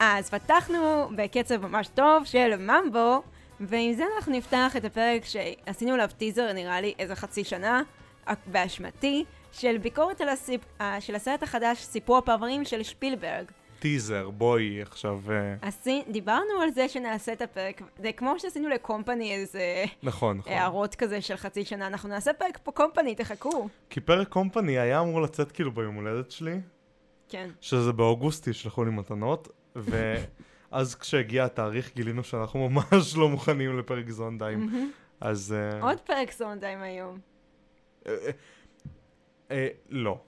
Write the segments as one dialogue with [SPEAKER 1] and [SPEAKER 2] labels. [SPEAKER 1] אז פתחנו בקצב ממש טוב של ממבו, ועם זה אנחנו נפתח את הפרק שעשינו עליו טיזר, נראה לי, איזה חצי שנה, באשמתי, של ביקורת על הסיפ... אה, של הסרט החדש, סיפור הפרברים של שפילברג.
[SPEAKER 2] טיזר, בואי עכשיו... אה,
[SPEAKER 1] עשי... דיברנו על זה שנעשה את הפרק, זה כמו שעשינו לקומפני איזה
[SPEAKER 2] נכון, נכון.
[SPEAKER 1] הערות כזה של חצי שנה, אנחנו נעשה פרק פה קומפני, תחכו.
[SPEAKER 2] כי פרק קומפני היה אמור לצאת כאילו ביום הולדת שלי,
[SPEAKER 1] כן.
[SPEAKER 2] שזה באוגוסט ישלחו לי מתנות, ואז כשהגיע התאריך גילינו שאנחנו ממש לא מוכנים לפרק זונדיים. אז... אה,
[SPEAKER 1] עוד פרק זונדיים היום.
[SPEAKER 2] אה, אה, לא.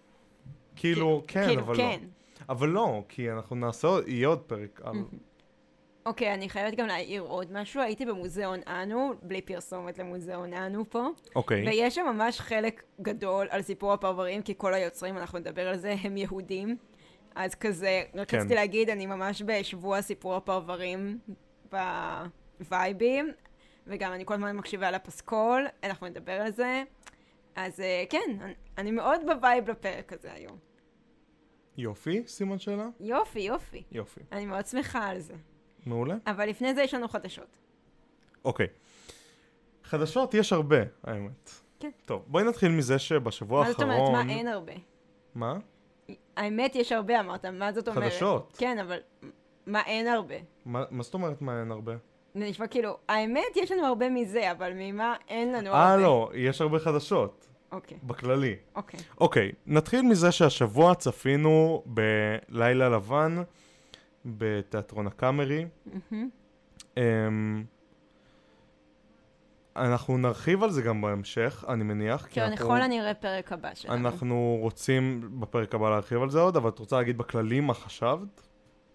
[SPEAKER 2] כאילו, כן,
[SPEAKER 1] כאילו,
[SPEAKER 2] אבל לא.
[SPEAKER 1] כן.
[SPEAKER 2] אבל לא, כי אנחנו נעשה, יהיה עוד פרק על...
[SPEAKER 1] אוקיי, אני חייבת גם להעיר עוד משהו. הייתי במוזיאון אנו, בלי פרסומת למוזיאון אנו פה,
[SPEAKER 2] אוקיי.
[SPEAKER 1] ויש שם ממש חלק גדול על סיפור הפרברים, כי כל היוצרים, אנחנו נדבר על זה, הם יהודים. אז כזה, רק
[SPEAKER 2] כן.
[SPEAKER 1] רציתי להגיד, אני ממש בשבוע סיפור הפרברים בווייבים, וגם אני כל הזמן מקשיבה לפסקול, אנחנו נדבר על זה. אז אה, כן, אני- אני מאוד בווייב לפרק הזה היום.
[SPEAKER 2] יופי, סימן שאלה?
[SPEAKER 1] יופי, יופי.
[SPEAKER 2] יופי.
[SPEAKER 1] אני מאוד שמחה על זה.
[SPEAKER 2] מעולה.
[SPEAKER 1] אבל לפני זה יש לנו חדשות.
[SPEAKER 2] אוקיי. חדשות יש הרבה, האמת.
[SPEAKER 1] כן.
[SPEAKER 2] טוב, בואי נתחיל מזה שבשבוע
[SPEAKER 1] מה זאת
[SPEAKER 2] האחרון...
[SPEAKER 1] אומרת, מה אין הרבה?
[SPEAKER 2] מה?
[SPEAKER 1] האמת, יש הרבה, אמרת, מה זאת אומרת?
[SPEAKER 2] חדשות.
[SPEAKER 1] כן, אבל מה אין הרבה?
[SPEAKER 2] מה, מה זאת אומרת מה אין הרבה?
[SPEAKER 1] זה נשמע כאילו, האמת, יש לנו הרבה מזה, אבל ממה אין לנו הרבה?
[SPEAKER 2] אה, לא, יש הרבה חדשות,
[SPEAKER 1] אוקיי,
[SPEAKER 2] בכללי.
[SPEAKER 1] אוקיי.
[SPEAKER 2] אוקיי, נתחיל מזה שהשבוע צפינו בלילה לבן בתיאטרון הקאמרי.
[SPEAKER 1] מהמם.
[SPEAKER 2] אמ, אנחנו נרחיב על זה גם בהמשך, אני מניח. כי
[SPEAKER 1] כן,
[SPEAKER 2] אנחנו-
[SPEAKER 1] לכל הנראה פרק הבא שלנו.
[SPEAKER 2] אנחנו רוצים בפרק הבא להרחיב על זה עוד, אבל את רוצה להגיד בכללי מה חשבת?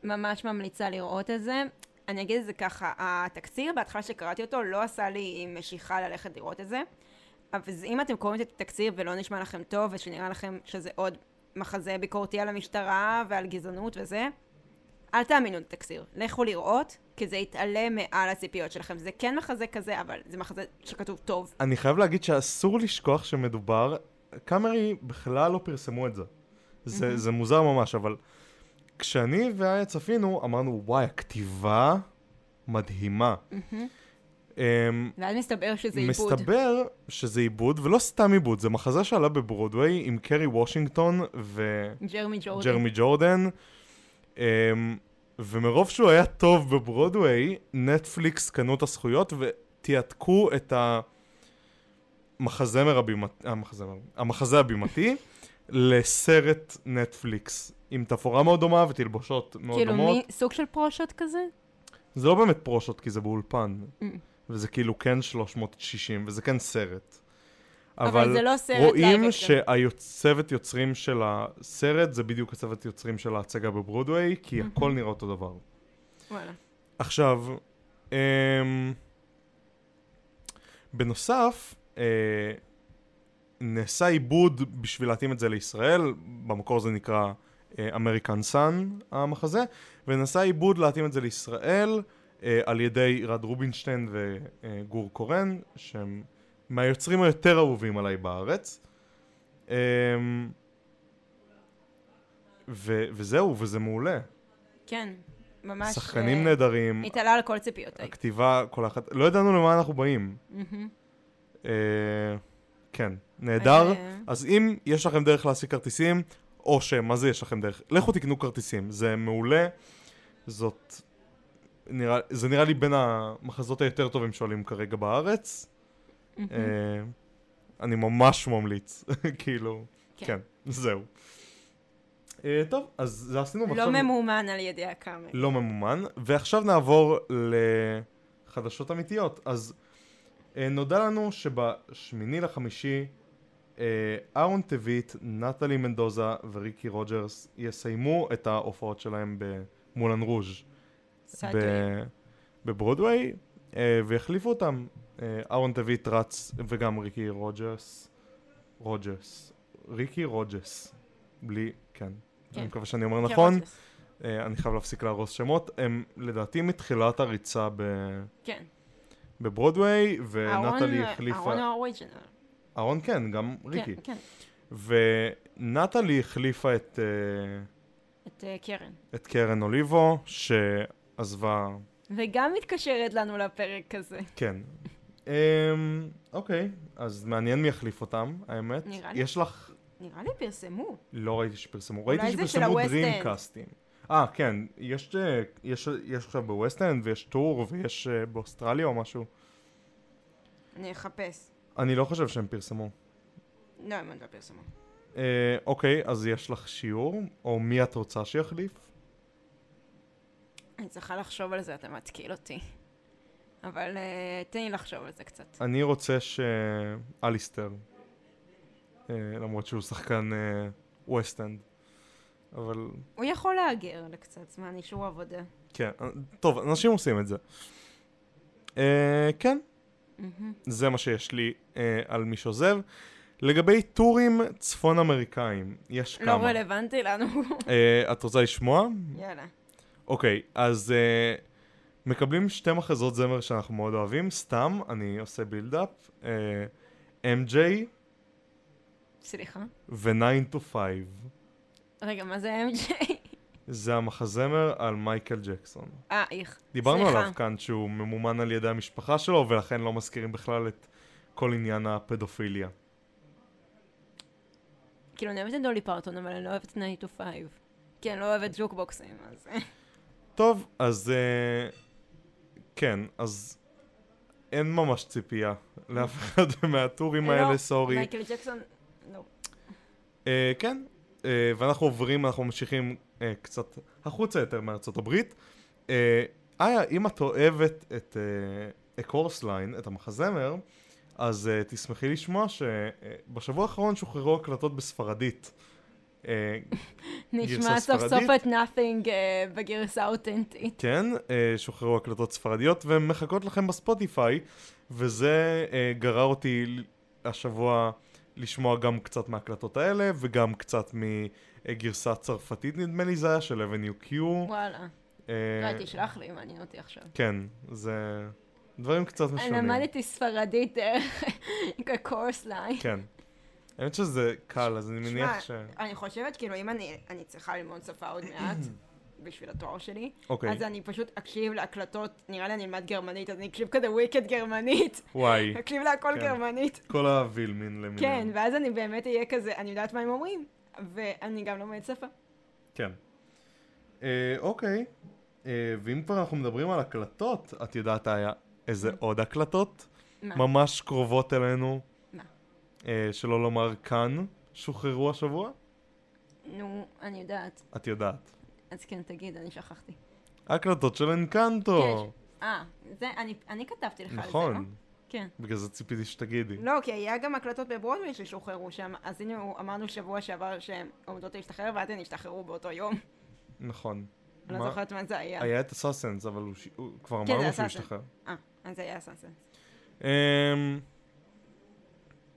[SPEAKER 1] ממש ממליצה לראות את זה. אני אגיד את זה ככה, התקציר בהתחלה שקראתי אותו לא עשה לי משיכה ללכת לראות את זה. אז אם אתם קוראים את התקציר ולא נשמע לכם טוב ושנראה לכם שזה עוד מחזה ביקורתי על המשטרה ועל גזענות וזה, אל תאמינו לתקציר. לכו לראות, כי זה יתעלה מעל הציפיות שלכם. זה כן מחזה כזה, אבל זה מחזה שכתוב טוב.
[SPEAKER 2] אני חייב להגיד שאסור לשכוח שמדובר, קאמרי בכלל לא פרסמו את זה. זה, זה מוזר ממש, אבל כשאני ואיה צפינו, אמרנו, וואי, הכתיבה מדהימה. אמ,
[SPEAKER 1] ואז מסתבר שזה עיבוד.
[SPEAKER 2] מסתבר שזה עיבוד, ולא סתם עיבוד, זה מחזה שעלה בברודוויי עם קרי וושינגטון ו...
[SPEAKER 1] ג'רמי ג'ורדן.
[SPEAKER 2] ג'רמי ג'ורדן. Um, ומרוב שהוא היה טוב בברודוויי, נטפליקס קנו את הזכויות ותיעתקו את המחזמר הבימתי, המחזמר, המחזה הבימתי לסרט נטפליקס. עם תפאורה מאוד דומה ותלבושות מאוד
[SPEAKER 1] כאילו,
[SPEAKER 2] דומות.
[SPEAKER 1] מי- סוג של פרושות כזה?
[SPEAKER 2] זה לא באמת פרושות כי זה באולפן.
[SPEAKER 1] Mm.
[SPEAKER 2] וזה כאילו כן 360, וזה כן סרט.
[SPEAKER 1] אבל זה לא סרט לייב
[SPEAKER 2] רואים
[SPEAKER 1] אקשן.
[SPEAKER 2] שהצוות יוצרים של הסרט זה בדיוק הצוות יוצרים של ההצגה בברודוויי, כי הכל נראה אותו דבר.
[SPEAKER 1] וואלה.
[SPEAKER 2] עכשיו, אמ... בנוסף, אה, נעשה עיבוד בשביל להתאים את זה לישראל, במקור זה נקרא אה, American Sun, המחזה, ונעשה עיבוד להתאים את זה לישראל אה, על ידי רד רובינשטיין וגור קורן, שהם מהיוצרים היותר אהובים עליי בארץ. אמ... ו- וזהו, וזה מעולה.
[SPEAKER 1] כן, ממש...
[SPEAKER 2] שחקנים
[SPEAKER 1] אה,
[SPEAKER 2] נהדרים,
[SPEAKER 1] התעלה על כל ציפיותיי.
[SPEAKER 2] הכתיבה, כל אחת, לא ידענו למה אנחנו באים.
[SPEAKER 1] מהמם.
[SPEAKER 2] אה, כן, נהדר.
[SPEAKER 1] אז, אה,
[SPEAKER 2] אז אם יש לכם דרך להשיג כרטיסים, או שמה זה יש לכם דרך, לכו תקנו כרטיסים, זה מעולה. זאת, נראה, זה נראה לי בין המחזות היותר טובים שעולים כרגע בארץ.
[SPEAKER 1] Mm-hmm.
[SPEAKER 2] אה, אני ממש ממליץ, כאילו,
[SPEAKER 1] כן.
[SPEAKER 2] כן, זהו. אה, טוב, אז זה עשינו
[SPEAKER 1] לא ממומן על ידי הקאמל.
[SPEAKER 2] נכון. לא ממומן, ועכשיו נעבור לחדשות אמיתיות. אז אה, נודע לנו שבשמיני לחמישי, אה, אהרון טביט, נטלי מנדוזה וריקי רוג'רס יסיימו את ההופעות שלהם במולן רוז'
[SPEAKER 1] סעד
[SPEAKER 2] ב-
[SPEAKER 1] אלוהים.
[SPEAKER 2] בברודוויי, אה, ויחליפו אותם. אה, אהרון טביט רץ, וגם ריקי רוג'רס. רוג'רס. ריקי רוג'רס. בלי, כן.
[SPEAKER 1] כן.
[SPEAKER 2] אני מקווה שאני אומר
[SPEAKER 1] כן,
[SPEAKER 2] נכון.
[SPEAKER 1] רוג'רס.
[SPEAKER 2] אה, אני חייב להפסיק להרוס שמות, הם לדעתי מתחילת הריצה ב...
[SPEAKER 1] כן.
[SPEAKER 2] בברודוויי, ונטלי
[SPEAKER 1] אהרון-
[SPEAKER 2] החליפה...
[SPEAKER 1] אהרון האוריג'ינל.
[SPEAKER 2] אהרון כן, גם ריקי.
[SPEAKER 1] כן, כן.
[SPEAKER 2] ונטלי החליפה את אה,
[SPEAKER 1] את אה, קרן.
[SPEAKER 2] את קרן אוליבו, שעזבה...
[SPEAKER 1] וגם מתקשרת לנו לפרק הזה.
[SPEAKER 2] כן. אמ, אוקיי, אז מעניין מי יחליף אותם, האמת.
[SPEAKER 1] נראה לי.
[SPEAKER 2] יש לך...
[SPEAKER 1] נראה לי פרסמו.
[SPEAKER 2] לא ראיתי שפרסמו, ראיתי
[SPEAKER 1] זה של
[SPEAKER 2] שפרסמו
[SPEAKER 1] ה-West End.
[SPEAKER 2] דרימקאסטים. אה, כן, יש, אה, יש, יש עכשיו בווסט אנד ויש טור ויש אה, באוסטרליה או משהו.
[SPEAKER 1] אני אחפש.
[SPEAKER 2] אני לא חושב שהם פרסמו.
[SPEAKER 1] לא האמנת בפרסומה.
[SPEAKER 2] אה, אוקיי, אז יש לך שיעור, או מי את רוצה שיחליף?
[SPEAKER 1] אני צריכה לחשוב על זה, אתה מתקיל אותי. אבל אה, תן לי לחשוב על זה קצת.
[SPEAKER 2] אני רוצה שאליסטר, אה, למרות שהוא שחקן אה, ווסט אנד. אבל
[SPEAKER 1] הוא יכול להגר לקצת זמן, אישור עבודה.
[SPEAKER 2] כן, טוב, אנשים עושים את זה. אה, כן,
[SPEAKER 1] מהמם.
[SPEAKER 2] זה מה שיש לי אה, על מי שעוזב. לגבי טורים צפון אמריקאים, יש
[SPEAKER 1] לא
[SPEAKER 2] כמה.
[SPEAKER 1] רלוונטי לנו.
[SPEAKER 2] אה, את רוצה לשמוע?
[SPEAKER 1] יאללה.
[SPEAKER 2] אוקיי, אז אה, מקבלים שתי מחזות זמר שאנחנו מאוד אוהבים, סתם, אני עושה בילדאפ. אה, MJ
[SPEAKER 1] סליחה.
[SPEAKER 2] ו-9 to 5.
[SPEAKER 1] רגע, מה זה MJ?
[SPEAKER 2] זה המחזמר על מייקל ג'קסון.
[SPEAKER 1] אה, איך.
[SPEAKER 2] דיברנו
[SPEAKER 1] סליחה.
[SPEAKER 2] עליו כאן שהוא ממומן על ידי המשפחה שלו, ולכן לא מזכירים בכלל את כל עניין הפדופיליה.
[SPEAKER 1] כאילו, אני אוהבת את דולי פרטון, אבל אני לא אוהבת 9 to 5. כי אני לא אוהבת ג'וקבוקסים, אז...
[SPEAKER 2] טוב, אז... אה, כן, אז אין ממש ציפייה לאף אחד מהטורים
[SPEAKER 1] לא,
[SPEAKER 2] האלה, סורי.
[SPEAKER 1] מייקל ג'קסון, לא.
[SPEAKER 2] אה, כן, אה, ואנחנו עוברים, אנחנו ממשיכים אה, קצת החוצה יותר מארצות הברית. אה, איה, אם את אוהבת את אה, הקורסליין, את המחזמר, אז אה, תשמחי לשמוע שבשבוע האחרון שוחררו הקלטות בספרדית. אה,
[SPEAKER 1] נשמע
[SPEAKER 2] גרסה
[SPEAKER 1] סוף סוף
[SPEAKER 2] ספרדית?
[SPEAKER 1] את nothing אה, בגרסה האותנטית.
[SPEAKER 2] כן, אה, שוחררו הקלטות ספרדיות והן מחכות לכם בספוטיפיי, וזה אה, גרר אותי ל- השבוע לשמוע גם קצת מההקלטות האלה, וגם קצת מגרסה צרפתית נדמה לי זה היה, של Avenue Q.
[SPEAKER 1] וואלה.
[SPEAKER 2] אה,
[SPEAKER 1] אולי תשלח לי, מעניין אותי עכשיו.
[SPEAKER 2] כן, זה דברים קצת משונים.
[SPEAKER 1] למדתי ספרדית דרך קורס ליין.
[SPEAKER 2] כן. האמת שזה קל, אז אני מניח ש...
[SPEAKER 1] אני חושבת, כאילו, אם אני אני צריכה ללמוד שפה עוד מעט, בשביל התואר שלי,
[SPEAKER 2] אוקיי,
[SPEAKER 1] אז אני פשוט אקשיב להקלטות, נראה לי אני אלמד גרמנית, אז אני אקשיב כזה וויקד גרמנית,
[SPEAKER 2] וואי,
[SPEAKER 1] אקשיב להכל
[SPEAKER 2] אוקיי. כן.
[SPEAKER 1] גרמנית.
[SPEAKER 2] כל הווילמין
[SPEAKER 1] כן,
[SPEAKER 2] למיניהם.
[SPEAKER 1] ואז אני באמת אהיה כזה, אני יודעת מה הם אומרים, ואני גם לומדת שפה.
[SPEAKER 2] כן. אה, אוקיי, אה, ואם כבר אנחנו מדברים על הקלטות, את יודעת היה איזה עוד הקלטות
[SPEAKER 1] Mm. מה?
[SPEAKER 2] ממש קרובות אלינו,
[SPEAKER 1] מה?
[SPEAKER 2] אה, שלא לומר כאן, שוחררו השבוע?
[SPEAKER 1] נו, אני יודעת.
[SPEAKER 2] את יודעת.
[SPEAKER 1] אז כן, תגיד, אני שכחתי.
[SPEAKER 2] הקלטות של אנקנטו.
[SPEAKER 1] אה, זה, אני, אני כתבתי לך על זה, לא?
[SPEAKER 2] נכון,
[SPEAKER 1] כן.
[SPEAKER 2] בגלל זה ציפיתי שתגידי.
[SPEAKER 1] לא, כי היה גם הקלטות בברודווי ששוחררו שם, אז הנה הוא- אמרנו שבוע שעבר שהן עומדות להשתחרר, ואז הן השתחררו באותו יום.
[SPEAKER 2] נכון.
[SPEAKER 1] אני לא
[SPEAKER 2] מה?
[SPEAKER 1] זוכרת מה זה היה.
[SPEAKER 2] היה את הסאסנס, אבל הוא ש- הוא- כבר
[SPEAKER 1] כן, זה
[SPEAKER 2] אמרנו שהוא
[SPEAKER 1] הסאסנס.
[SPEAKER 2] השתחרר.
[SPEAKER 1] אה, אז זה היה סאסנס.
[SPEAKER 2] אמ,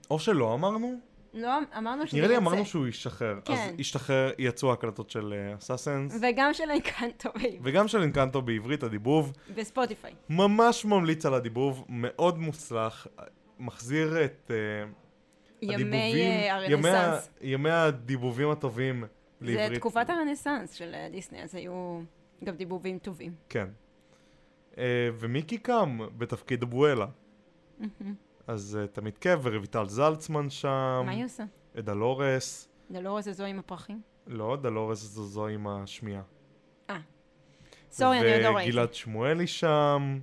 [SPEAKER 2] או שלא אמרנו?
[SPEAKER 1] לא, אמרנו שזה
[SPEAKER 2] נראה לי
[SPEAKER 1] יוצא.
[SPEAKER 2] אמרנו שהוא ישתחרר. אז
[SPEAKER 1] כן.
[SPEAKER 2] ישתחרר, יצאו ההקלטות של אה, הסאסנס.
[SPEAKER 1] וגם של אינקנטו
[SPEAKER 2] וגם של אינקנטו בעברית הדיבוב,
[SPEAKER 1] בספוטיפיי.
[SPEAKER 2] ממש ממליץ על הדיבוב, מאוד מוצלח, מחזיר את אה,
[SPEAKER 1] ימי
[SPEAKER 2] הדיבובים,
[SPEAKER 1] אה,
[SPEAKER 2] ימי ה-
[SPEAKER 1] הרנסאנס.
[SPEAKER 2] ימי הדיבובים הטובים לעברית.
[SPEAKER 1] זה תקופת הרנסאנס של אה, דיסני, אז היו גם דיבובים טובים.
[SPEAKER 2] כן. אה, ומיקי קם בתפקיד אבואלה,
[SPEAKER 1] מהמם.
[SPEAKER 2] אז אה, תמיד כיף, ורויטל זלצמן שם,
[SPEAKER 1] מה היא עושה?
[SPEAKER 2] דלורס,
[SPEAKER 1] דלורס זה זו עם הפרחים?
[SPEAKER 2] לא, דלורס זו זו עם השמיעה.
[SPEAKER 1] סורי, אני עוד לא ראיתי.
[SPEAKER 2] וגלעד שמואלי שם,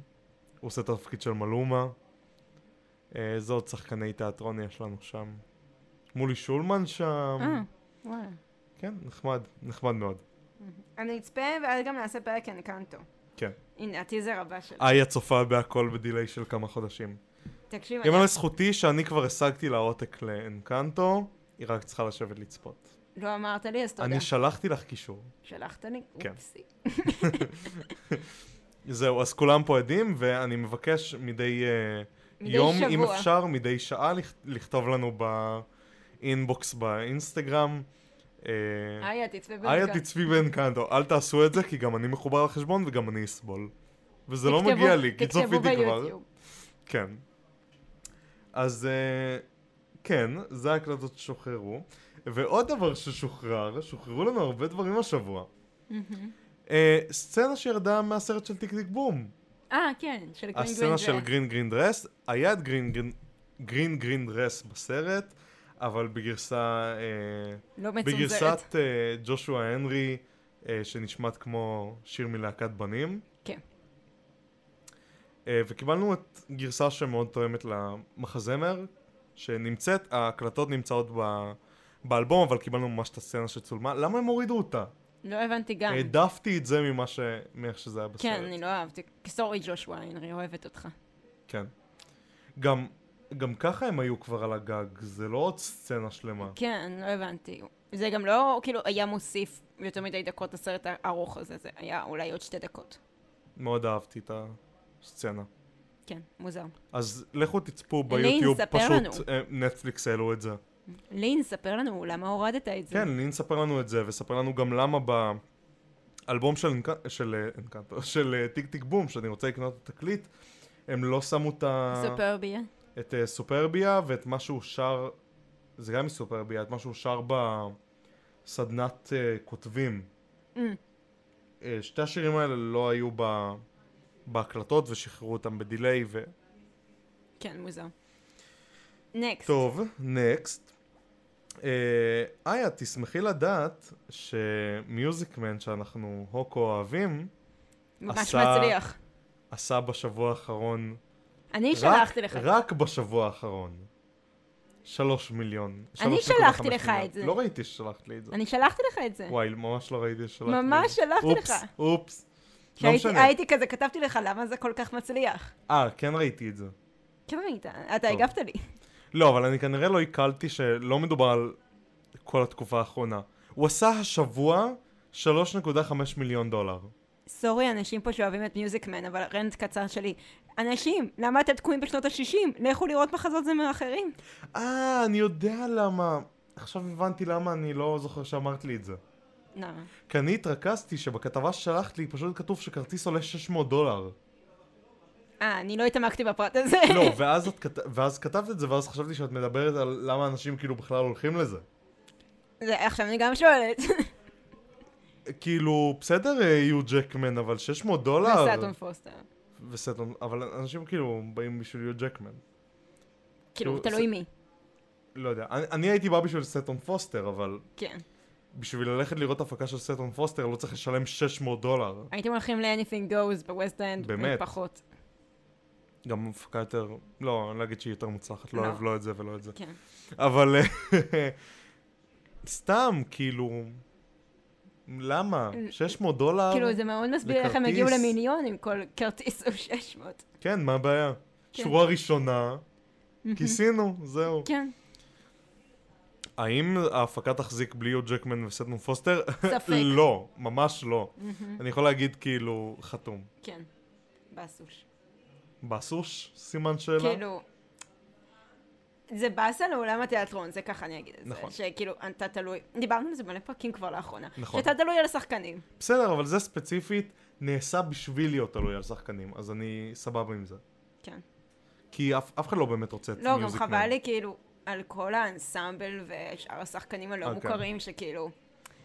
[SPEAKER 2] הוא עושה את התפקיד של מלומה. אה, זה עוד שחקני תיאטרון יש לנו שם. מולי שולמן שם.
[SPEAKER 1] אה, וואלה.
[SPEAKER 2] כן, נחמד, נחמד מאוד.
[SPEAKER 1] אני אצפה, ואז גם נעשה פרק אנקנטו.
[SPEAKER 2] כן. אה,
[SPEAKER 1] הנה, הטיזר הבא שלי.
[SPEAKER 2] איה צופה בהכל בדיליי של כמה חודשים.
[SPEAKER 1] כן. תקשיב, אני-
[SPEAKER 2] יאמר לזכותי שאני כבר השגתי לה עותק לאנקנטו, היא רק צריכה לשבת לצפות.
[SPEAKER 1] לא אמרת לי, אז תודה.
[SPEAKER 2] אני שלחתי לך קישור.
[SPEAKER 1] שלחת לי?
[SPEAKER 2] כן.
[SPEAKER 1] אופסי.
[SPEAKER 2] זהו, אז כולם פה עדים, ואני מבקש מדי... אה,
[SPEAKER 1] מדי
[SPEAKER 2] יום, אם
[SPEAKER 1] שבוע.
[SPEAKER 2] אפשר, מדי שעה לכ- לכתוב לנו באינבוקס באינסטגרם. אה,
[SPEAKER 1] איה, תצפה
[SPEAKER 2] איה
[SPEAKER 1] בדקה.
[SPEAKER 2] תצפי באנקנטו, אל תעשו את זה, כי גם אני מחובר לחשבון וגם אני אסבול. וזה לא
[SPEAKER 1] תכתבו-
[SPEAKER 2] מגיע לי, כי
[SPEAKER 1] תכתבו
[SPEAKER 2] צפיתי כבר.
[SPEAKER 1] ביוטיוב.
[SPEAKER 2] כן. אז אה, כן, זה ההקלטות ששוחררו. ועוד דבר ששוחרר, שוחררו לנו הרבה דברים השבוע.
[SPEAKER 1] מהמם.
[SPEAKER 2] אה, סצנה שירדה מהסרט של טיק טיק בום.
[SPEAKER 1] אה, כן, של גרין גרין
[SPEAKER 2] הסצנה של
[SPEAKER 1] גרין.
[SPEAKER 2] גרין גרין דרס, היה את גרין גרין- גרין גרין דרס בסרט, אבל בגרסה... אה,
[SPEAKER 1] לא מצונזרת.
[SPEAKER 2] בגרסת אה, ג'ושוע הנרי, אה, שנשמעת כמו שיר מלהקת בנים.
[SPEAKER 1] כן.
[SPEAKER 2] אה, וקיבלנו את גרסה שמאוד תואמת למחזמר, שנמצאת, ההקלטות נמצאות ב... באלבום, אבל קיבלנו ממש את הסצנה שצולמה. למה הם הורידו אותה?
[SPEAKER 1] לא הבנתי גם.
[SPEAKER 2] העדפתי את זה ממה ש... מאיך שזה היה בסרט.
[SPEAKER 1] כן, אני לא אהבתי. סורי ג'ושוע הנרי, אוהבת אותך.
[SPEAKER 2] כן. גם, גם ככה הם היו כבר על הגג, זה לא עוד סצנה שלמה.
[SPEAKER 1] כן, לא הבנתי. זה גם לא, כאילו, היה מוסיף יותר מדי דקות לסרט הארוך הזה, זה היה אולי עוד שתי דקות.
[SPEAKER 2] מאוד אהבתי את הסצנה.
[SPEAKER 1] כן, מוזר.
[SPEAKER 2] אז לכו תצפו
[SPEAKER 1] לין,
[SPEAKER 2] ביוטיוב,
[SPEAKER 1] ספר
[SPEAKER 2] פשוט אה, נטפליקס העלו את זה.
[SPEAKER 1] לין, ספר לנו למה הורדת את זה.
[SPEAKER 2] כן, לין ספר לנו את זה, וספר לנו גם למה באלבום של אינק- של אה, אינקנטו, של אה, טיק טיק בום, שאני רוצה לקנות את התקליט, הם לא שמו את ה-
[SPEAKER 1] סופרביה.
[SPEAKER 2] את אה, סופרביה ואת מה שהוא שר, זה גם מסופרביה, את מה שהוא שר בסדנת אה, כותבים.
[SPEAKER 1] Mm,
[SPEAKER 2] אה, שתי השירים האלה לא היו ב... בהקלטות ושחררו אותם בדיליי ו...
[SPEAKER 1] כן, מוזר. נקסט.
[SPEAKER 2] טוב, נקסט. אה, איה, תשמחי לדעת שמיוזיקמן שאנחנו הוקו אוהבים,
[SPEAKER 1] ממש
[SPEAKER 2] עשה-
[SPEAKER 1] מצליח.
[SPEAKER 2] עשה בשבוע האחרון,
[SPEAKER 1] אני
[SPEAKER 2] רק-
[SPEAKER 1] שלחתי לך.
[SPEAKER 2] רק בשבוע האחרון, שלוש מיליון.
[SPEAKER 1] אני
[SPEAKER 2] 3.5
[SPEAKER 1] שלחתי לך
[SPEAKER 2] מיליון.
[SPEAKER 1] את זה.
[SPEAKER 2] לא ראיתי ששלחת לי את זה.
[SPEAKER 1] אני שלחתי לך את זה.
[SPEAKER 2] וואי, ממש לא ראיתי ששלחת לי את זה.
[SPEAKER 1] ממש שלחתי לך.
[SPEAKER 2] אופס, אופס. לא
[SPEAKER 1] כשהייתי-
[SPEAKER 2] משנה.
[SPEAKER 1] הייתי כזה, כתבתי לך למה זה כל כך מצליח.
[SPEAKER 2] אה, כן ראיתי את זה.
[SPEAKER 1] כן ראית, אתה
[SPEAKER 2] טוב.
[SPEAKER 1] הגבת לי.
[SPEAKER 2] לא, אבל אני כנראה לא עיכלתי שלא מדובר על כל התקופה האחרונה. הוא עשה השבוע 3.5 מיליון דולר.
[SPEAKER 1] סורי, אנשים פה שאוהבים את מיוזיקמן, אבל רנט קצר שלי. אנשים, למה אתם תקועים בשנות ה-60? לכו לראות מחזות זמר אחרים.
[SPEAKER 2] אה, אני יודע למה. עכשיו הבנתי למה אני לא זוכר שאמרת לי את זה.
[SPEAKER 1] למה?
[SPEAKER 2] כי אני התרכזתי שבכתבה ששלחת לי פשוט כתוב שכרטיס עולה 600 דולר.
[SPEAKER 1] אה, אני לא התעמקתי בפרט הזה.
[SPEAKER 2] לא, ואז, את כת... ואז כתבת את זה, ואז חשבתי שאת מדברת על למה אנשים כאילו בכלל הולכים לזה.
[SPEAKER 1] זה- עכשיו אני גם שואלת.
[SPEAKER 2] כאילו, בסדר, אה, יו ג'קמן, אבל 600 דולר...
[SPEAKER 1] וסאטון פוסטר.
[SPEAKER 2] וסטון, אבל אנשים כאילו באים בשביל יו ג'קמן.
[SPEAKER 1] כאילו,
[SPEAKER 2] כאילו,
[SPEAKER 1] תלוי מי.
[SPEAKER 2] לא יודע, אני, אני הייתי בא בשביל סטון פוסטר, אבל
[SPEAKER 1] כן.
[SPEAKER 2] בשביל ללכת לראות הפקה של סטון פוסטר לא צריך לשלם 600 דולר.
[SPEAKER 1] הייתם הולכים ל-Anything Goes בווסט אנד,
[SPEAKER 2] באמת.
[SPEAKER 1] פחות.
[SPEAKER 2] גם הפקה יותר, לא, אני לא אגיד שהיא יותר מוצלחת, לא
[SPEAKER 1] לא.
[SPEAKER 2] אוהב לא את זה ולא את זה.
[SPEAKER 1] כן.
[SPEAKER 2] אבל אה, סתם, כאילו, למה? 600 דולר?
[SPEAKER 1] אה, כאילו, זה מאוד מסביר איך הם
[SPEAKER 2] אה, לכרטיס. הגיעו
[SPEAKER 1] הגיעו
[SPEAKER 2] למיליון
[SPEAKER 1] למיליון עם כל כרטיס או 600.
[SPEAKER 2] כן, מה הבעיה?
[SPEAKER 1] כן.
[SPEAKER 2] שורה ראשונה, כיסינו, זהו.
[SPEAKER 1] כן,
[SPEAKER 2] האם ההפקה תחזיק בלי יו ג'קמן וסטון פוסטר?
[SPEAKER 1] ספק.
[SPEAKER 2] לא, ממש לא. אני יכול להגיד כאילו, חתום.
[SPEAKER 1] כן. בסוש.
[SPEAKER 2] בסוש? סימן שאלה?
[SPEAKER 1] כאילו... זה באסה לעולם התיאטרון, זה ככה אני אגיד את זה.
[SPEAKER 2] נכון.
[SPEAKER 1] שכאילו, אתה תלוי... דיברנו על זה מלא פרקים כבר לאחרונה.
[SPEAKER 2] נכון.
[SPEAKER 1] שאתה תלוי על השחקנים.
[SPEAKER 2] בסדר, אבל זה ספציפית נעשה בשביל להיות תלוי על שחקנים, אז אני סבבה עם זה.
[SPEAKER 1] כן.
[SPEAKER 2] כי אף, אף אחד לא באמת רוצה את
[SPEAKER 1] לא, גם
[SPEAKER 2] מיוזיק מן.
[SPEAKER 1] חבל לי כאילו על כל האנסמבל ושאר השחקנים הלא
[SPEAKER 2] אה, כן.
[SPEAKER 1] מוכרים, שכאילו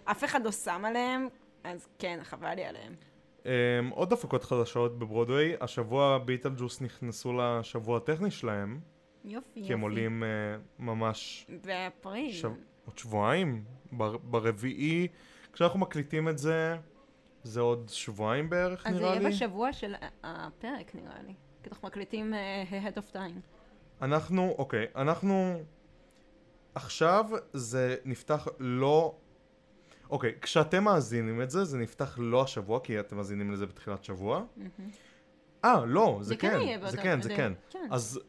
[SPEAKER 1] אף אחד לא שם עליהם, אז כן, חבל לי עליהם.
[SPEAKER 2] Um, עוד הפקות חדשות בברודוויי, השבוע ביטלג'וס נכנסו לשבוע הטכני שלהם,
[SPEAKER 1] יופי, יופי.
[SPEAKER 2] כי הם עולים uh, ממש
[SPEAKER 1] באפריל.
[SPEAKER 2] שב... עוד שבועיים, בר... ברביעי, כשאנחנו מקליטים את זה, זה עוד שבועיים בערך
[SPEAKER 1] אז זה
[SPEAKER 2] נראה
[SPEAKER 1] יהיה
[SPEAKER 2] לי.
[SPEAKER 1] בשבוע של ה- הפרק, נראה לי. כי אנחנו מקליטים אה, ahead of time.
[SPEAKER 2] אנחנו, אוקיי, אנחנו... עכשיו זה נפתח לא... אוקיי, כשאתם מאזינים את זה, זה נפתח לא השבוע, כי אתם מאזינים לזה בתחילת שבוע. אה, לא, זה,
[SPEAKER 1] זה כן יהיה
[SPEAKER 2] כן,
[SPEAKER 1] באותו-
[SPEAKER 2] זה כן, זה
[SPEAKER 1] זה-
[SPEAKER 2] כן.
[SPEAKER 1] כן.
[SPEAKER 2] אז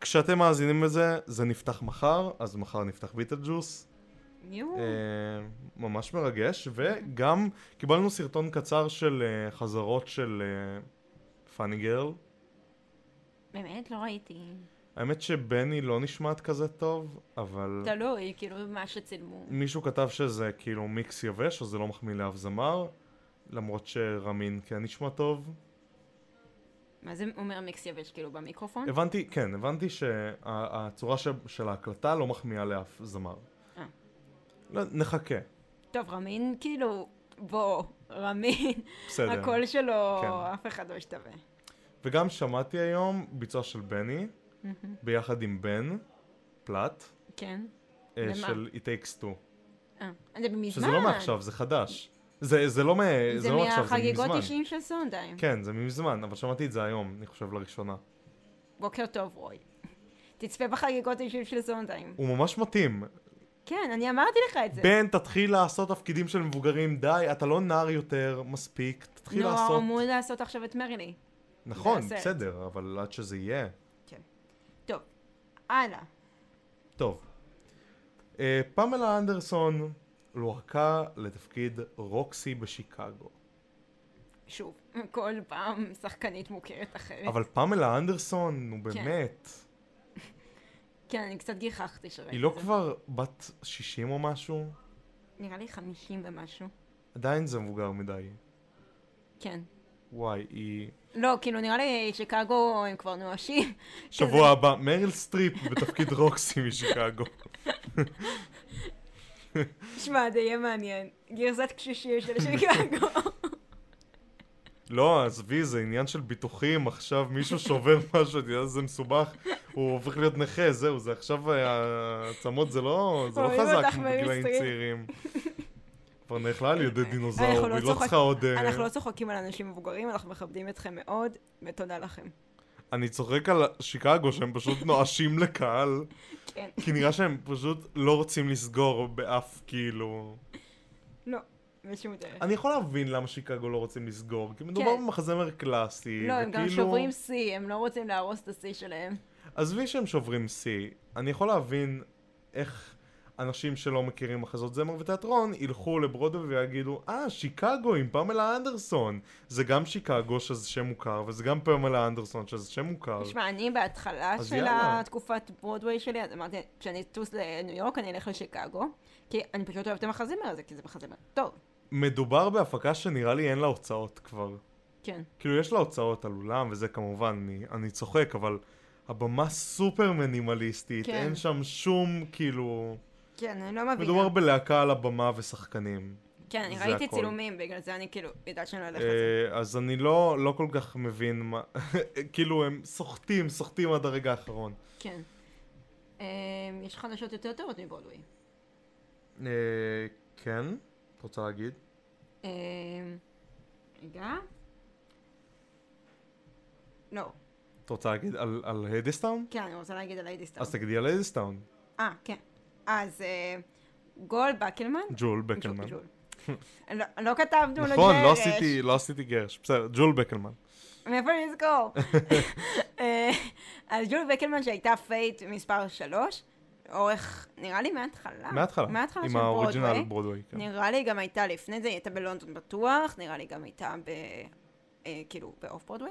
[SPEAKER 2] כשאתם מאזינים לזה, זה נפתח מחר, אז מחר נפתח ביטלג'וס.
[SPEAKER 1] יואו.
[SPEAKER 2] אה, ממש מרגש, וגם קיבלנו סרטון קצר של אה, חזרות של אה, פאני גרל.
[SPEAKER 1] באמת, לא ראיתי.
[SPEAKER 2] האמת שבני לא נשמעת כזה טוב, אבל...
[SPEAKER 1] תלוי, כאילו, מה שצילמו.
[SPEAKER 2] מישהו כתב שזה כאילו מיקס יבש, אז זה לא מחמיא לאף זמר, למרות שרמין כן נשמע טוב.
[SPEAKER 1] אה. מה זה אומר מיקס יבש, כאילו, במיקרופון?
[SPEAKER 2] הבנתי, כן, הבנתי שהצורה שה, של ההקלטה לא מחמיאה לאף זמר.
[SPEAKER 1] אה.
[SPEAKER 2] לא, נחכה.
[SPEAKER 1] טוב, רמין, כאילו, בוא, רמין,
[SPEAKER 2] בסדר.
[SPEAKER 1] הקול שלו,
[SPEAKER 2] לא כן.
[SPEAKER 1] אף אחד לא ישתווה.
[SPEAKER 2] וגם שמעתי היום ביצוע של בני, ביחד עם בן, פלט,
[SPEAKER 1] כן.
[SPEAKER 2] אה,
[SPEAKER 1] למה?
[SPEAKER 2] של It Takes Two.
[SPEAKER 1] אה, זה מזמן.
[SPEAKER 2] שזה לא מעכשיו, זה חדש. זה, זה לא, מ... זה
[SPEAKER 1] זה
[SPEAKER 2] לא מעכשיו, זה
[SPEAKER 1] מהחגיגות
[SPEAKER 2] מזמן.
[SPEAKER 1] 90 של סונדיים.
[SPEAKER 2] כן, זה מזמן, אבל שמעתי את זה היום, אני חושב, לראשונה.
[SPEAKER 1] בוקר טוב, רוי. תצפה בחגיגות 90 של סונדיים.
[SPEAKER 2] הוא ממש מתאים.
[SPEAKER 1] כן, אני אמרתי לך את זה.
[SPEAKER 2] בן, תתחיל לעשות תפקידים של מבוגרים, די, אתה לא נער יותר, מספיק, תתחיל
[SPEAKER 1] נו,
[SPEAKER 2] לעשות...
[SPEAKER 1] אמור לעשות עכשיו את מרילי.
[SPEAKER 2] נכון,
[SPEAKER 1] זה הסרט.
[SPEAKER 2] בסדר, אבל עד שזה יהיה.
[SPEAKER 1] טוב, הלאה.
[SPEAKER 2] טוב. אה, פמלה אנדרסון לוהקה לתפקיד רוקסי בשיקגו.
[SPEAKER 1] שוב, כל פעם שחקנית מוכרת אחרת.
[SPEAKER 2] אבל פמלה אנדרסון, נו
[SPEAKER 1] כן.
[SPEAKER 2] באמת,
[SPEAKER 1] כן, אני קצת גיחכתי שראיתי.
[SPEAKER 2] היא לא
[SPEAKER 1] את זה.
[SPEAKER 2] כבר בת 60 או משהו?
[SPEAKER 1] נראה לי 50 ומשהו.
[SPEAKER 2] עדיין זה מבוגר מדי.
[SPEAKER 1] כן.
[SPEAKER 2] וואי, היא...
[SPEAKER 1] לא, כאילו, נראה לי שיקגו הם כבר נואשים.
[SPEAKER 2] שבוע הבא, מריל סטריפ בתפקיד רוקסי משיקגו.
[SPEAKER 1] שמע, זה יהיה מעניין. גרסת קשישים של שיקגו.
[SPEAKER 2] לא, עזבי, זה עניין של ביטוחים, עכשיו מישהו שובר משהו, אתה יודע, זה מסובך, הוא הופך להיות נכה, זהו, זה עכשיו, אה, העצמות זה לא, זה לא
[SPEAKER 1] רואים
[SPEAKER 2] חזק
[SPEAKER 1] אותך
[SPEAKER 2] כמו
[SPEAKER 1] מריל
[SPEAKER 2] בגילאים
[SPEAKER 1] סטריפ.
[SPEAKER 2] צעירים. כבר נאכלה על ידי
[SPEAKER 1] אנחנו
[SPEAKER 2] דינוזאור,
[SPEAKER 1] לא
[SPEAKER 2] והיא לא
[SPEAKER 1] צוחק-
[SPEAKER 2] צריכה עוד... אה,
[SPEAKER 1] אנחנו לא צוחקים על אנשים מבוגרים, אנחנו מכבדים אתכם מאוד, ותודה לכם.
[SPEAKER 2] אני צוחק על שיקגו שהם פשוט נואשים לקהל,
[SPEAKER 1] כן.
[SPEAKER 2] כי נראה שהם פשוט לא רוצים לסגור באף כאילו...
[SPEAKER 1] לא, בשום דרך.
[SPEAKER 2] אני יכול להבין למה שיקגו לא רוצים לסגור, כי מדובר
[SPEAKER 1] כן.
[SPEAKER 2] במחזמר קלאסי,
[SPEAKER 1] לא, הם גם
[SPEAKER 2] וכאילו-
[SPEAKER 1] שוברים שיא, הם לא רוצים להרוס את השיא שלהם.
[SPEAKER 2] עזבי שהם שוברים שיא, אני יכול להבין איך אנשים שלא מכירים מחזות זמר ותיאטרון ילכו לברודו ויגידו, אה, שיקגו עם פמלה אנדרסון. זה גם שיקגו שזה שם מוכר, וזה גם פמלה אנדרסון שזה שם מוכר.
[SPEAKER 1] תשמע, אני בהתחלה
[SPEAKER 2] אז
[SPEAKER 1] של
[SPEAKER 2] יאללה.
[SPEAKER 1] התקופת ברודוויי שלי, אז אמרתי, כשאני אטוס לניו יורק, אני אלך לשיקגו, כי אני פשוט אוהבת את המחזמר הזה, כי זה מחזמר. טוב,
[SPEAKER 2] מדובר בהפקה שנראה לי אין לה הוצאות כבר.
[SPEAKER 1] כן.
[SPEAKER 2] כאילו, יש לה הוצאות על אולם, וזה כמובן, אני, אני צוחק, אבל הבמה סופר מינימליסטית,
[SPEAKER 1] כן.
[SPEAKER 2] כן. אין שם שום, כאילו...
[SPEAKER 1] כן, אני לא מבינה.
[SPEAKER 2] מדובר בלהקה על הבמה ושחקנים.
[SPEAKER 1] כן, אני
[SPEAKER 2] זה
[SPEAKER 1] ראיתי
[SPEAKER 2] הכל.
[SPEAKER 1] צילומים, בגלל זה אני כאילו יודעת שאני לא אלך לזה.
[SPEAKER 2] אה, אז אני לא, לא כל כך מבין מה... כאילו, הם סוחטים, סוחטים עד הרגע האחרון.
[SPEAKER 1] כן. אמ, יש חדשות יותר טובות מברודוויי.
[SPEAKER 2] אה, כן? את רוצה להגיד?
[SPEAKER 1] אמ, רגע. לא.
[SPEAKER 2] את רוצה להגיד על, על היידיסטאון?
[SPEAKER 1] כן, אני רוצה להגיד על היידיסטאון.
[SPEAKER 2] אז תגידי על היידיסטאון.
[SPEAKER 1] אה, כן. אז אה, גול בקלמן.
[SPEAKER 2] ג'ול בקלמן.
[SPEAKER 1] ג'ול, ג'ול. לא, לא כתבנו לו
[SPEAKER 2] נכון, לא
[SPEAKER 1] גרש.
[SPEAKER 2] עשיתי, לא עשיתי גרש. בסדר, ג'ול בקלמן.
[SPEAKER 1] מאיפה אני אזכור? אה, אז ג'ול בקלמן שהייתה פייט מספר 3, אורך, נראה לי מההתחלה.
[SPEAKER 2] אה, מההתחלה.
[SPEAKER 1] מההתחלה של
[SPEAKER 2] עם האוריג'ינל
[SPEAKER 1] ברודוויי.
[SPEAKER 2] ברודווי. כן.
[SPEAKER 1] נראה לי גם הייתה לפני זה, היא הייתה בלונדון בטוח, נראה לי גם הייתה ב... אה, כאילו, באוף ברודווי.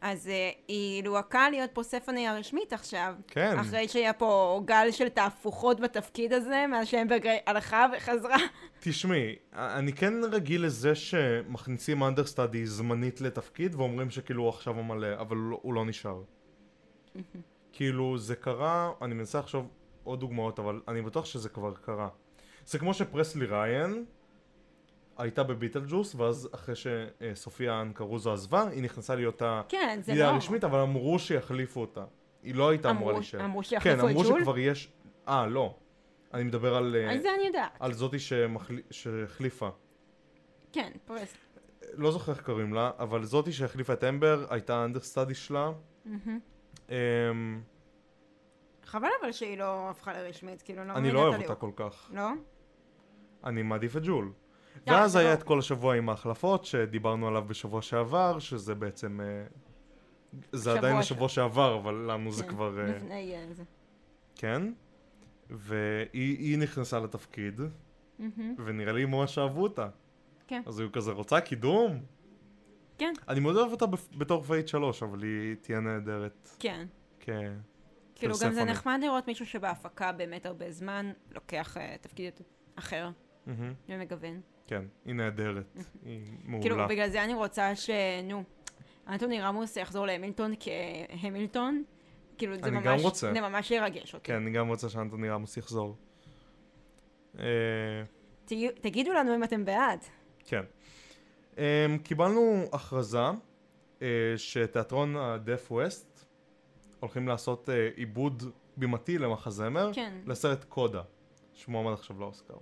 [SPEAKER 1] אז אה, היא לוהקה להיות פוספני הרשמית עכשיו.
[SPEAKER 2] כן.
[SPEAKER 1] אחרי שהיה פה גל של תהפוכות בתפקיד הזה, מאז שהמברג הלכה וחזרה.
[SPEAKER 2] תשמעי, אני כן רגיל לזה שמכניסים אנדרסטאדי זמנית לתפקיד ואומרים שכאילו הוא עכשיו המלא, אבל הוא לא- הוא לא נשאר. כאילו זה קרה, אני מנסה לחשוב עוד דוגמאות, אבל אני בטוח שזה כבר קרה. זה כמו שפרסלי ריין הייתה בביטל ג'וס, ואז אחרי שסופיה אנקרוזו עזבה, היא נכנסה להיות
[SPEAKER 1] כן, זה
[SPEAKER 2] הלילה
[SPEAKER 1] לא...
[SPEAKER 2] הרשמית, אבל אמרו שיחליפו אותה. היא לא הייתה אמורה
[SPEAKER 1] אמרו-
[SPEAKER 2] להישאר.
[SPEAKER 1] אמרו שיחליפו
[SPEAKER 2] כן,
[SPEAKER 1] את
[SPEAKER 2] אמרו
[SPEAKER 1] ג'ול?
[SPEAKER 2] שכבר יש... אה, לא. אני מדבר על... אה,
[SPEAKER 1] אז זה אני יודעת.
[SPEAKER 2] על זאתי שמחלי... שהחליפה.
[SPEAKER 1] כן, פרס.
[SPEAKER 2] לא זוכר איך קוראים לה, אבל זאתי שהחליפה את אמבר, הייתה האנדרסטאדי שלה.
[SPEAKER 1] מהמם.
[SPEAKER 2] אמ,
[SPEAKER 1] חבל אבל שהיא לא הפכה לרשמית, כאילו, לא
[SPEAKER 2] אני
[SPEAKER 1] מבינה
[SPEAKER 2] לא
[SPEAKER 1] את
[SPEAKER 2] אוהב
[SPEAKER 1] הליהוק.
[SPEAKER 2] אותה כל כך.
[SPEAKER 1] לא?
[SPEAKER 2] אני מעדיף את ג'ול.
[SPEAKER 1] די,
[SPEAKER 2] ואז
[SPEAKER 1] זה
[SPEAKER 2] היה
[SPEAKER 1] לא.
[SPEAKER 2] את כל השבוע עם ההחלפות, שדיברנו עליו בשבוע שעבר, שזה בעצם... אה, זה
[SPEAKER 1] שבוע
[SPEAKER 2] עדיין
[SPEAKER 1] ש-
[SPEAKER 2] השבוע שעבר, אבל לנו זה
[SPEAKER 1] כן,
[SPEAKER 2] כבר... אה,
[SPEAKER 1] לפני אה, זה.
[SPEAKER 2] כן. והיא היא נכנסה לתפקיד,
[SPEAKER 1] מהמם.
[SPEAKER 2] ונראה לי ממש אהבו אותה.
[SPEAKER 1] כן.
[SPEAKER 2] אז היא כזה רוצה קידום.
[SPEAKER 1] כן.
[SPEAKER 2] אני מאוד אוהב אותה בפ- בתור פייט 3, אבל היא תהיה נהדרת.
[SPEAKER 1] כן.
[SPEAKER 2] כן.
[SPEAKER 1] כאילו, גם זה
[SPEAKER 2] פרספוני.
[SPEAKER 1] נחמד לראות מישהו שבהפקה באמת הרבה זמן לוקח אה, תפקיד אחר
[SPEAKER 2] מהמם.
[SPEAKER 1] ומגוון.
[SPEAKER 2] כן, היא נהדרת. היא
[SPEAKER 1] כאילו,
[SPEAKER 2] מעולה.
[SPEAKER 1] בגלל זה אני רוצה ש... נו, אנטוני רמוס יחזור להמילטון כהמילטון. כאילו, זה
[SPEAKER 2] אני
[SPEAKER 1] ממש...
[SPEAKER 2] גם רוצה.
[SPEAKER 1] זה ממש ירגש אותי.
[SPEAKER 2] כן, אני גם רוצה שאנטוני רמוס יחזור. אה,
[SPEAKER 1] תהיו- תגידו לנו אם אתם בעד.
[SPEAKER 2] כן. Um, קיבלנו הכרזה uh, שתיאטרון ה-Deaf West הולכים לעשות uh, עיבוד בימתי למחזמר,
[SPEAKER 1] כן.
[SPEAKER 2] לסרט קודה, שמועמד עכשיו לאוסקר.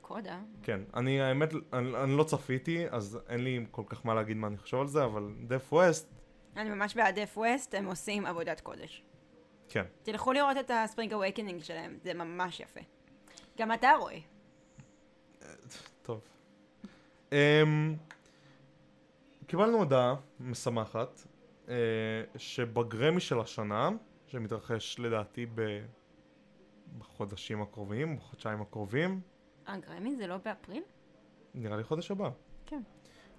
[SPEAKER 1] קודה.
[SPEAKER 2] כן, אני האמת, אני, אני לא צפיתי, אז אין לי כל כך מה להגיד מה אני חושב על זה, אבל Deaf West,
[SPEAKER 1] אני ממש בעד דף ווסט, הם עושים עבודת קודש.
[SPEAKER 2] כן.
[SPEAKER 1] תלכו לראות את הספרינג אווייקנינג שלהם, זה ממש יפה. גם אתה רואה.
[SPEAKER 2] טוב. Um, קיבלנו הודעה משמחת uh, שבגרמי של השנה, שמתרחש לדעתי ב... בחודשים הקרובים, בחודשיים הקרובים,
[SPEAKER 1] הגרמי זה לא באפריל?
[SPEAKER 2] נראה לי חודש הבא.
[SPEAKER 1] כן.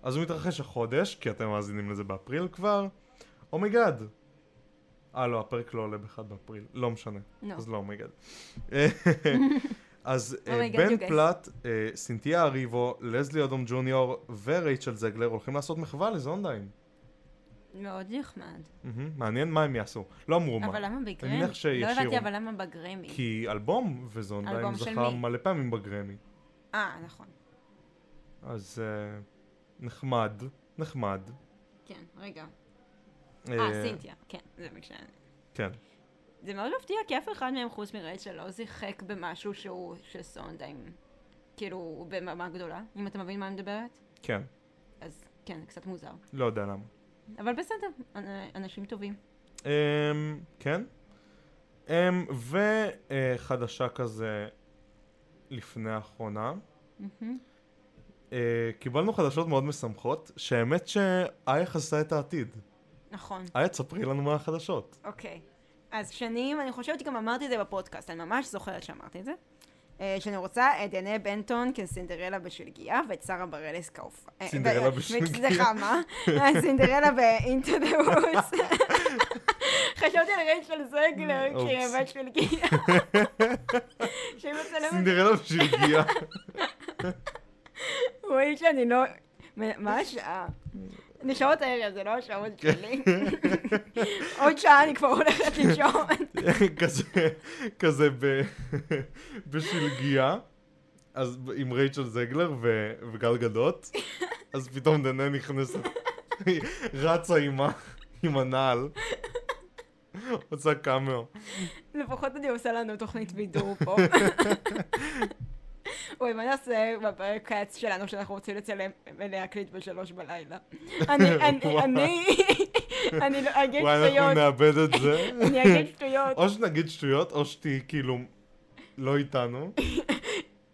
[SPEAKER 2] אז הוא מתרחש החודש, כי אתם מאזינים לזה באפריל כבר. אומייגאד. אה, לא, הפרק לא עולה ב-1 באפריל. לא משנה.
[SPEAKER 1] נו.
[SPEAKER 2] אז לא אומייגאד. אז אה,
[SPEAKER 1] אומייגאד, you
[SPEAKER 2] בן
[SPEAKER 1] guys.
[SPEAKER 2] פלט, אה, סינתיה אריבו, לזלי אדום ג'וניור ורייצ'ל זגלר הולכים לעשות מחווה לזונדהיים. לא.
[SPEAKER 1] מאוד נחמד.
[SPEAKER 2] מהמם, מעניין מה הם יעשו. לא אמרו מה.
[SPEAKER 1] אבל למה
[SPEAKER 2] אני
[SPEAKER 1] בגרמי?
[SPEAKER 2] מניח
[SPEAKER 1] לא
[SPEAKER 2] שישירו.
[SPEAKER 1] הבנתי, אבל למה בגרמי?
[SPEAKER 2] כי אלבום וזונדהיים
[SPEAKER 1] אלבום של
[SPEAKER 2] זכה
[SPEAKER 1] מי?
[SPEAKER 2] מלא פעמים בגרמי.
[SPEAKER 1] אה, נכון.
[SPEAKER 2] אז אה, נחמד, נחמד.
[SPEAKER 1] כן, רגע.
[SPEAKER 2] אה,
[SPEAKER 1] אה, סינתיה. כן, זה מקשה.
[SPEAKER 2] כן.
[SPEAKER 1] זה מאוד מפתיע, כי אף אחד מהם חוץ מרייצ'ל לא שיחק במשהו שהוא של סונדהיים. כאילו, הוא בממה גדולה, אם אתה מבין מה אני מדברת.
[SPEAKER 2] כן.
[SPEAKER 1] אז כן, זה קצת מוזר.
[SPEAKER 2] לא יודע למה.
[SPEAKER 1] אבל בסדר, אנ- אנשים טובים.
[SPEAKER 2] אמ, כן. אמ, וחדשה כזה לפני האחרונה.
[SPEAKER 1] מהמם.
[SPEAKER 2] אה, קיבלנו חדשות מאוד משמחות, שהאמת שאייך עשה את העתיד.
[SPEAKER 1] נכון.
[SPEAKER 2] איה, תספרי לנו מה החדשות.
[SPEAKER 1] אוקיי. אז שנים, אני חושבת שגם אמרתי את זה בפודקאסט, אני ממש זוכרת שאמרתי את זה. אה, שאני רוצה את דנה בנטון כסינדרלה בשלגיה, ואת שרה בראלס כאופ... אה,
[SPEAKER 2] סינדרלה
[SPEAKER 1] ו-
[SPEAKER 2] בשלגיה.
[SPEAKER 1] סליחה, מה? אה, סינדרלה ב-Into the Woods. חשבתי על רייצ'ל זגלר
[SPEAKER 2] אופס.
[SPEAKER 1] כשהיא אהבה שלגיה. שהיא מצלמת...
[SPEAKER 2] סינדרלה בשלגיה.
[SPEAKER 1] רואים שאני לא... מ- מה השעה? נשעות הערב, זה לא השעות שלי. עוד שעה אני כבר הולכת לישון.
[SPEAKER 2] כזה, כזה ב... בשלגיה. אז ב- עם רייצ'ל זגלר ו... וגל גדות, אז פתאום דנה נכנסת, היא רצה עם, ה... עם הנעל, עושה קאמר.
[SPEAKER 1] לפחות אני עושה לנו תוכנית בידור פה. אוי, מה נעשה בפרק העץ שלנו שאנחנו רוצים לצלם ולהקליט בשלוש בלילה? אני, אני,
[SPEAKER 2] וואי.
[SPEAKER 1] אני, אני לא- אגיד
[SPEAKER 2] וואי, אנחנו
[SPEAKER 1] שטויות,
[SPEAKER 2] נאבד את זה.
[SPEAKER 1] אני אגיד שטויות.
[SPEAKER 2] או שנגיד שטויות, או שתהיי כאילו לא איתנו,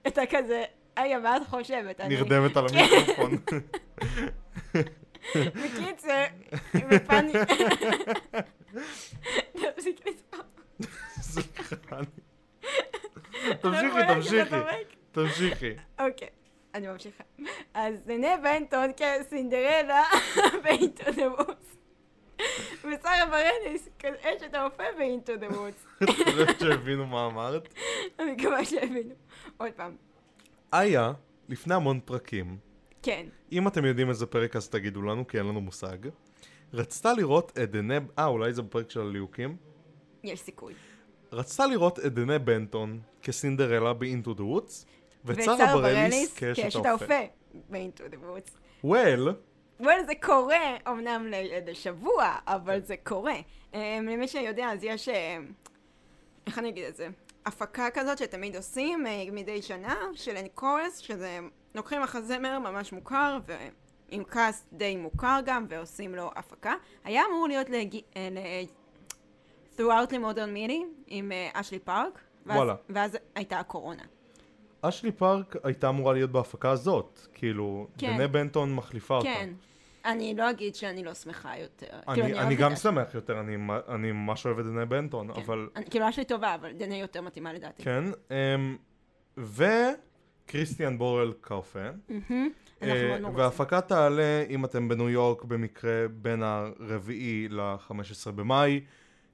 [SPEAKER 1] אתה כזה, היי, מה את חושבת? אני- כן.
[SPEAKER 2] נרדמת על המיקרופון.
[SPEAKER 1] בקיצר, בפאני... תפסיק לצחוק.
[SPEAKER 2] סליחה, אני-
[SPEAKER 1] אתה
[SPEAKER 2] תמשיכי,
[SPEAKER 1] רואה
[SPEAKER 2] תמשיכי,
[SPEAKER 1] שאתה צוחק?
[SPEAKER 2] תמשיכי.
[SPEAKER 1] אוקיי, אני ממשיכה. אז ננה בנטון כסינדרלה ב-Into the Woods. ושרה ברנס כאשת האופה ב-Into the Woods.
[SPEAKER 2] את חושבת לא שהבינו מה אמרת?
[SPEAKER 1] אני מקווה שהבינו. עוד פעם,
[SPEAKER 2] איה, לפני המון פרקים,
[SPEAKER 1] כן.
[SPEAKER 2] אם אתם יודעים איזה פרק אז תגידו לנו, כי אין לנו מושג, רצתה לראות את דנה, אה, אולי זה בפרק של הליהוקים?
[SPEAKER 1] יש סיכוי.
[SPEAKER 2] רצתה לראות את דנה בנטון כסינדרלה ב-Into the Woods, ואת שרה
[SPEAKER 1] ושרה
[SPEAKER 2] ברליס
[SPEAKER 1] כן,
[SPEAKER 2] כאשת האופה.
[SPEAKER 1] ב-Into the Woods.
[SPEAKER 2] well,
[SPEAKER 1] וואלה, זה קורה, אמנם לאיזה שבוע, אבל זה קורה. אמ, למי שיודע, אז יש, אמ, איך אני אגיד את זה? הפקה כזאת שתמיד עושים אה, מדי שנה, של אין קורס, שזה לוקחים מחזמר ממש מוכר, ועם קאסט די מוכר גם, ועושים לו הפקה. היה אמור להיות להגיע... throughout למודרן מיני, עם אה, אשלי פארק. ואז-
[SPEAKER 2] וואלה.
[SPEAKER 1] ואז הייתה הקורונה.
[SPEAKER 2] אשלי פארק הייתה אמורה להיות בהפקה הזאת, כאילו,
[SPEAKER 1] כן.
[SPEAKER 2] דנה בנטון מחליפה אותה.
[SPEAKER 1] כן. אני לא אגיד שאני לא שמחה יותר. כאילו,
[SPEAKER 2] אני, אני
[SPEAKER 1] אוהבת
[SPEAKER 2] גם
[SPEAKER 1] את
[SPEAKER 2] שמח יותר, אני, אני ממש אוהב את דנה בנטון,
[SPEAKER 1] כן.
[SPEAKER 2] אבל
[SPEAKER 1] אני, כאילו, אשלי טובה, אבל דניה יותר מתאימה לדעתי.
[SPEAKER 2] כן. אמ, וכריסטיאן בורל קאופה.
[SPEAKER 1] מהמם. אנחנו מאוד
[SPEAKER 2] אה,
[SPEAKER 1] מאוד רוצים.
[SPEAKER 2] וההפקה תעלה, אם אתם בניו יורק, במקרה בין הרביעי ל-15 במאי.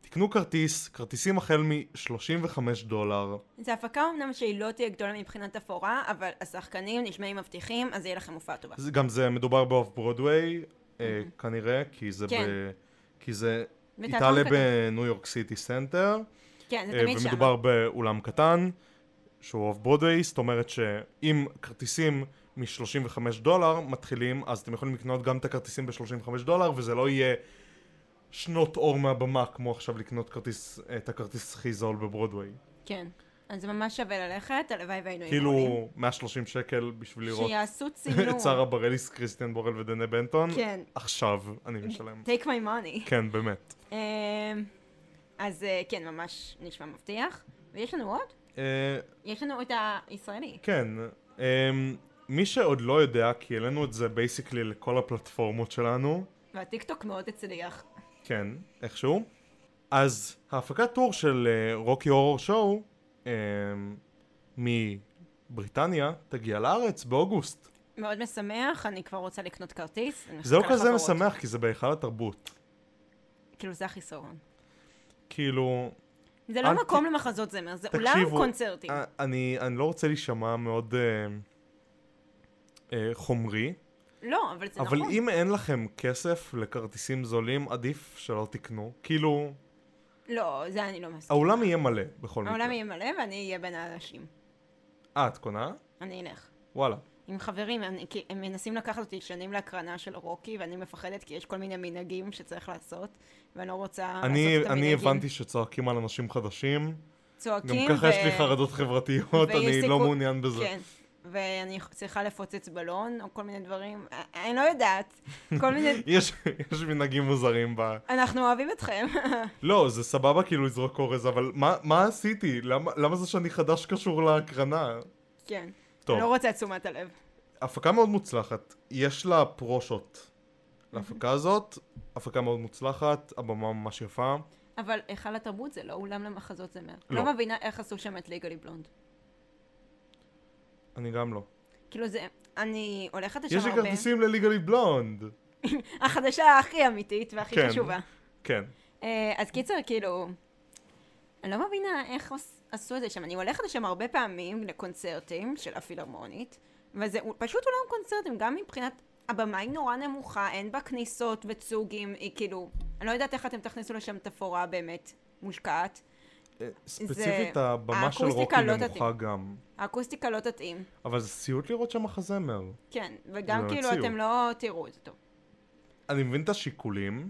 [SPEAKER 2] תקנו כרטיס, כרטיסים החל מ-35 דולר.
[SPEAKER 1] זו הפקה אמנם שהיא לא תהיה גדולה מבחינת הפורה, אבל השחקנים נשמעים מבטיחים, אז יהיה לכם הופעה טובה.
[SPEAKER 2] זה- גם זה מדובר באוף ברודוויי, אה, כנראה, כי זה
[SPEAKER 1] אוקיי. כן.
[SPEAKER 2] ב... כי זה... היא
[SPEAKER 1] ותיאטרון
[SPEAKER 2] תעלה
[SPEAKER 1] קטן.
[SPEAKER 2] בניו יורק סיטי סנטר.
[SPEAKER 1] כן, זה
[SPEAKER 2] אה,
[SPEAKER 1] תמיד שם.
[SPEAKER 2] ומדובר באולם קטן, שהוא אוף ברודוויי, זאת אומרת שאם כרטיסים מ-35 דולר מתחילים, אז אתם יכולים לקנות גם את הכרטיסים ב-35 דולר, וזה לא יהיה שנות אור מהבמה כמו עכשיו לקנות כרטיס, אה, את הכרטיס הכי זול בברודוויי.
[SPEAKER 1] כן. אז זה ממש שווה ללכת, הלוואי והיינו עם העולים.
[SPEAKER 2] כאילו 130 שקל בשביל לראות
[SPEAKER 1] שיעשו
[SPEAKER 2] את שרה
[SPEAKER 1] צילום.
[SPEAKER 2] בראליס, כריסטיאן בורל ודנה בנטון.
[SPEAKER 1] כן.
[SPEAKER 2] עכשיו אני משלם.
[SPEAKER 1] take my money.
[SPEAKER 2] כן, באמת.
[SPEAKER 1] אה, אז אה, כן, ממש נשמע מבטיח. ויש לנו עוד?
[SPEAKER 2] אה,
[SPEAKER 1] יש לנו את הישראלי.
[SPEAKER 2] כן, אמ, מי שעוד לא יודע, כי העלינו את זה בייסיקלי לכל הפלטפורמות שלנו,
[SPEAKER 1] והטיקטוק מאוד הצליח.
[SPEAKER 2] כן, איכשהו, אז ההפקת טור של אה, רוקי הורור שואו אמ, מבריטניה תגיע לארץ באוגוסט.
[SPEAKER 1] מאוד משמח, אני כבר רוצה לקנות כרטיס. אני
[SPEAKER 2] זה לא
[SPEAKER 1] מחכה
[SPEAKER 2] כזה
[SPEAKER 1] לחברות.
[SPEAKER 2] משמח, כי זה בהיכל התרבות.
[SPEAKER 1] כאילו זה החיסרון.
[SPEAKER 2] כאילו,
[SPEAKER 1] זה
[SPEAKER 2] אל
[SPEAKER 1] לא
[SPEAKER 2] ת-
[SPEAKER 1] מקום למחזות זמר, זה אולם
[SPEAKER 2] תקשיבו,
[SPEAKER 1] קונצרטים.
[SPEAKER 2] אה, אני, אני לא רוצה להישמע מאוד אה, אה, חומרי,
[SPEAKER 1] לא, אבל זה
[SPEAKER 2] אבל
[SPEAKER 1] נכון.
[SPEAKER 2] אם אין לכם כסף לכרטיסים זולים, עדיף שלא תקנו. כאילו,
[SPEAKER 1] לא, זה אני לא מסכימה.
[SPEAKER 2] האולם יהיה מלא, בכל מקרה.
[SPEAKER 1] העולם יהיה מלא ואני אהיה בין האנשים.
[SPEAKER 2] אה, את קונה?
[SPEAKER 1] אני אלך.
[SPEAKER 2] וואלה.
[SPEAKER 1] עם חברים, הם, כי הם מנסים לקחת אותי שנים להקרנה של רוקי, ואני מפחדת כי יש כל מיני מנהגים שצריך לעשות, ואני לא רוצה לעשות
[SPEAKER 2] אני,
[SPEAKER 1] את
[SPEAKER 2] אני
[SPEAKER 1] המנהגים.
[SPEAKER 2] הבנתי שצועקים על אנשים חדשים,
[SPEAKER 1] צועקים
[SPEAKER 2] גם ככה יש לי חרדות חברתיות,
[SPEAKER 1] ויש
[SPEAKER 2] אני
[SPEAKER 1] סיכוי-
[SPEAKER 2] לא מעוניין בזה.
[SPEAKER 1] כן. ואני צריכה לפוצץ בלון, או כל מיני דברים, א- אני לא יודעת. כל מיני...
[SPEAKER 2] יש, יש מנהגים מוזרים ב...
[SPEAKER 1] אנחנו אוהבים אתכם.
[SPEAKER 2] לא, זה סבבה כאילו לזרוק אורז, אבל מה, מה עשיתי? למה, למה זה שאני חדש קשור להקרנה?
[SPEAKER 1] כן.
[SPEAKER 2] טוב,
[SPEAKER 1] אני לא רוצה את תשומת הלב.
[SPEAKER 2] הפקה מאוד מוצלחת. יש לה פרושות להפקה הזאת, הפקה מאוד מוצלחת, הבמה ממש יפה.
[SPEAKER 1] אבל היכל התרבות זה לא אולם למחזות זמר.
[SPEAKER 2] לא.
[SPEAKER 1] לא. לא מבינה איך עשו שם את ליגלי בלונד.
[SPEAKER 2] אני גם לא.
[SPEAKER 1] כאילו זה, אני הולכת לשם
[SPEAKER 2] יש לי
[SPEAKER 1] הרבה.
[SPEAKER 2] כרטיסים לליגלי בלונד.
[SPEAKER 1] החדשה הכי אמיתית והכי
[SPEAKER 2] כן.
[SPEAKER 1] חשובה.
[SPEAKER 2] כן.
[SPEAKER 1] אה, אז קיצר, כאילו, אני לא מבינה איך עוש- עשו את זה שם. אני הולכת לשם הרבה פעמים לקונצרטים של הפילהרמונית, וזה הוא- פשוט אולם קונצרטים, גם מבחינת... הבמה היא נורא נמוכה, אין בה כניסות וצוגים, היא כאילו... אני לא יודעת איך אתם תכניסו לשם תפאורה באמת מושקעת.
[SPEAKER 2] אה, ספציפית הבמה של
[SPEAKER 1] האקוסטיקה
[SPEAKER 2] רוקי
[SPEAKER 1] לא
[SPEAKER 2] נמוכה גם.
[SPEAKER 1] האקוסטיקה לא תתאים.
[SPEAKER 2] אבל זה סיוט לראות שם מחזמר.
[SPEAKER 1] כן, וגם
[SPEAKER 2] זה
[SPEAKER 1] כאילו
[SPEAKER 2] מציאות.
[SPEAKER 1] אתם לא תראו את זה טוב.
[SPEAKER 2] אני מבין את השיקולים,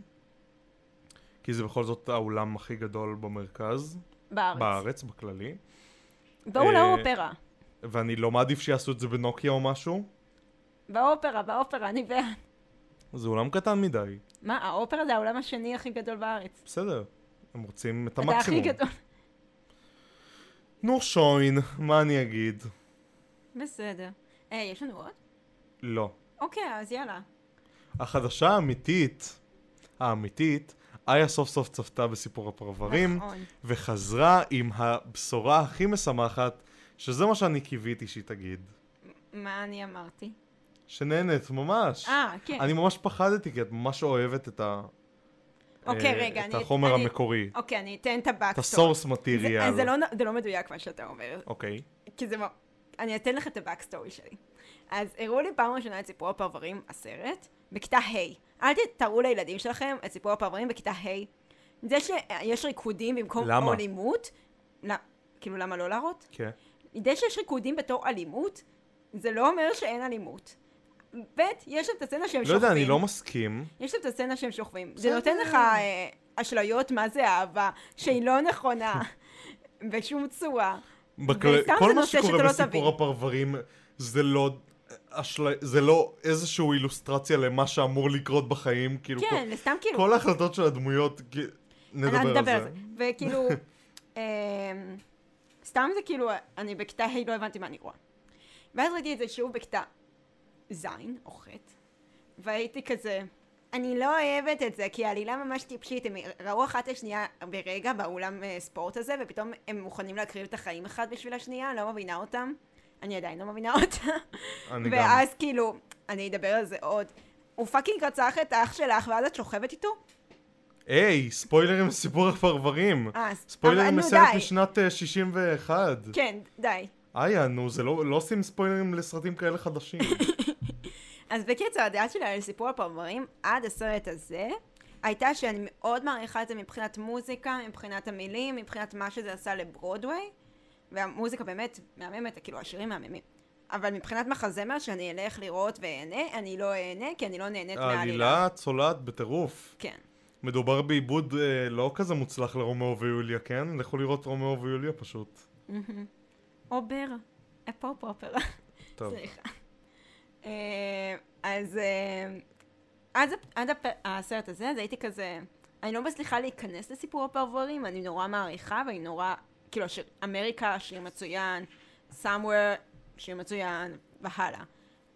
[SPEAKER 2] כי זה בכל זאת האולם הכי גדול במרכז,
[SPEAKER 1] בארץ.
[SPEAKER 2] בארץ בכללי,
[SPEAKER 1] בואו
[SPEAKER 2] אה,
[SPEAKER 1] לאופרה.
[SPEAKER 2] ואני לא מעדיף שיעשו את זה בנוקיה או משהו,
[SPEAKER 1] באופרה, באופרה, אני בעד.
[SPEAKER 2] זה אולם קטן מדי,
[SPEAKER 1] מה, האופרה זה העולם השני הכי גדול בארץ.
[SPEAKER 2] בסדר, הם רוצים את
[SPEAKER 1] אתה הכי
[SPEAKER 2] המקסימום.
[SPEAKER 1] גדול.
[SPEAKER 2] נו שוין, מה אני אגיד?
[SPEAKER 1] בסדר. אה, יש לנו עוד?
[SPEAKER 2] לא.
[SPEAKER 1] אוקיי, אז יאללה.
[SPEAKER 2] החדשה האמיתית, האמיתית, איה סוף סוף צפתה בסיפור הפרברים,
[SPEAKER 1] נכון.
[SPEAKER 2] וחזרה עם הבשורה הכי משמחת, שזה מה שאני קיוויתי שהיא תגיד.
[SPEAKER 1] מה אני אמרתי?
[SPEAKER 2] שנהנית ממש.
[SPEAKER 1] אה, כן.
[SPEAKER 2] אני ממש פחדתי, כי את ממש אוהבת את, ה...
[SPEAKER 1] אוקיי,
[SPEAKER 2] אה,
[SPEAKER 1] רגע,
[SPEAKER 2] את
[SPEAKER 1] אני-
[SPEAKER 2] החומר
[SPEAKER 1] אני-
[SPEAKER 2] המקורי,
[SPEAKER 1] אוקיי, אני אתן את הבקסטור.
[SPEAKER 2] את הסורס
[SPEAKER 1] זה,
[SPEAKER 2] מטיריאל.
[SPEAKER 1] זה, לא, נ- זה לא מדויק מה שאתה אומר,
[SPEAKER 2] אוקיי.
[SPEAKER 1] כי זה... מ- אני אתן לך את הבקסטורי שלי. אז הראו לי פעם ראשונה את סיפור הפרברים, הסרט, בכיתה ה'. אל ת- תראו לילדים שלכם את סיפור הפרברים בכיתה ה'. זה שיש ריקודים במקום
[SPEAKER 2] למה?
[SPEAKER 1] אלימות, לא- כאילו למה לא להראות?
[SPEAKER 2] כן.
[SPEAKER 1] זה שיש ריקודים בתור אלימות, זה לא אומר שאין אלימות. ב', יש להם את הסצנה שהם
[SPEAKER 2] לא
[SPEAKER 1] שוכבים.
[SPEAKER 2] יודע, אני לא מסכים.
[SPEAKER 1] יש להם את הסצנה שהם שוכבים. זה
[SPEAKER 2] בסדר.
[SPEAKER 1] נותן לך אה, אשליות מה זה אהבה, שהיא לא נכונה בשום צורה.
[SPEAKER 2] כאילו, בכל...
[SPEAKER 1] וסתם
[SPEAKER 2] כל
[SPEAKER 1] זה
[SPEAKER 2] מה
[SPEAKER 1] נושא
[SPEAKER 2] שקורה
[SPEAKER 1] שאתה לא
[SPEAKER 2] בסיפור
[SPEAKER 1] תבין.
[SPEAKER 2] הפרברים זה לא... אשל... זה לא איזושהי אילוסטרציה למה שאמור לקרות בחיים, כאילו
[SPEAKER 1] כן, זה סתם
[SPEAKER 2] כל...
[SPEAKER 1] כאילו...
[SPEAKER 2] כל ההחלטות של הדמויות, כי-
[SPEAKER 1] אני- אני
[SPEAKER 2] נדבר על
[SPEAKER 1] אדבר
[SPEAKER 2] זה.
[SPEAKER 1] וכאילו, אמ, סתם זה כאילו, אני בכיתה ה' לא הבנתי מה אני רואה. ואז ראיתי את זה שוב בכיתה ז' או ח', והייתי כזה, אני לא אוהבת את זה, כי העלילה ממש טיפשית, הם ראו אחת את השנייה ברגע באולם אה, ספורט הזה, ופתאום הם מוכנים להקריב את החיים אחד בשביל השנייה, לא מבינה אותם. אני עדיין לא מבינה אותם.
[SPEAKER 2] אני גם.
[SPEAKER 1] ואז כאילו, אני אדבר על זה עוד. הוא פאקינג רצח את האח שלך, ואז את שוכבת איתו?
[SPEAKER 2] היי, ספוילרים לסיפור הפרברים.
[SPEAKER 1] אה, אז-
[SPEAKER 2] ספוילרים
[SPEAKER 1] אבל נו,
[SPEAKER 2] לסרט
[SPEAKER 1] די.
[SPEAKER 2] משנת אה, 61.
[SPEAKER 1] כן, די.
[SPEAKER 2] איה, נו, זה לא לא עושים ספוילרים לסרטים כאלה חדשים.
[SPEAKER 1] אז בקיצור, הדעה שלי על סיפור הפרברים עד הסרט הזה, הייתה שאני מאוד מעריכה את זה מבחינת מוזיקה, מבחינת המילים, מבחינת מה שזה עשה לברודוויי, והמוזיקה באמת מהממת, כאילו השירים מהממים. אבל מבחינת מחזמר שאני אלך לראות ואהנה, אני לא אהנה, כי אני לא נהנית
[SPEAKER 2] אה,
[SPEAKER 1] מהעלילה.
[SPEAKER 2] העלילה צולעת בטירוף.
[SPEAKER 1] כן.
[SPEAKER 2] מדובר בעיבוד אה, לא כזה מוצלח לרומאו ויוליה, כן? לכו לראות רומאו ויוליה פשוט.
[SPEAKER 1] מהמם. אובר, אפו פופר.
[SPEAKER 2] טוב.
[SPEAKER 1] סליחה. אה, אז אה, עד, הפ- עד הפ... הסרט הזה, אז הייתי כזה, אני לא מצליחה להיכנס לסיפור הפרברים, אני נורא מעריכה, ואני נורא, כאילו, השיר, אמריקה, שיר מצוין, somewhere, שיר מצוין, והלאה.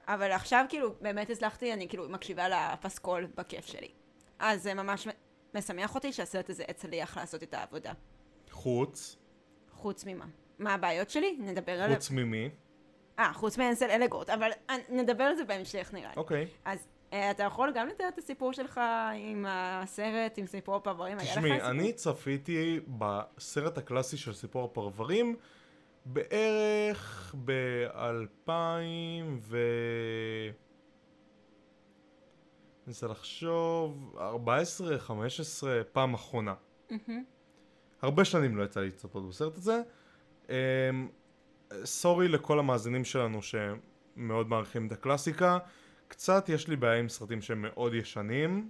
[SPEAKER 1] אבל עכשיו, כאילו, באמת הצלחתי, אני כאילו מקשיבה לפסקול בכיף שלי. אז זה ממש מ- משמח אותי שהסרט הזה הצליח לעשות את העבודה.
[SPEAKER 2] חוץ,
[SPEAKER 1] חוץ ממה? מה הבעיות שלי? נדבר עליו.
[SPEAKER 2] חוץ ממי?
[SPEAKER 1] אה, חוץ מהנסל אלגורט, אבל אה, נדבר על זה בהמשך נראה לי.
[SPEAKER 2] אוקיי.
[SPEAKER 1] אז אה, אתה יכול גם לתאר את הסיפור שלך עם הסרט, עם סיפור הפרברים? היה לך
[SPEAKER 2] תשמעי,
[SPEAKER 1] סיפור?
[SPEAKER 2] אני צפיתי בסרט הקלאסי של סיפור הפרברים בערך ב-2000 ו... אני מנסה לחשוב, 14-15 פעם אחרונה.
[SPEAKER 1] מהמם.
[SPEAKER 2] הרבה שנים לא יצא לי לצפות בסרט הזה. אמ, סורי לכל המאזינים שלנו שמאוד מעריכים את הקלאסיקה. קצת יש לי בעיה עם סרטים שהם מאוד ישנים.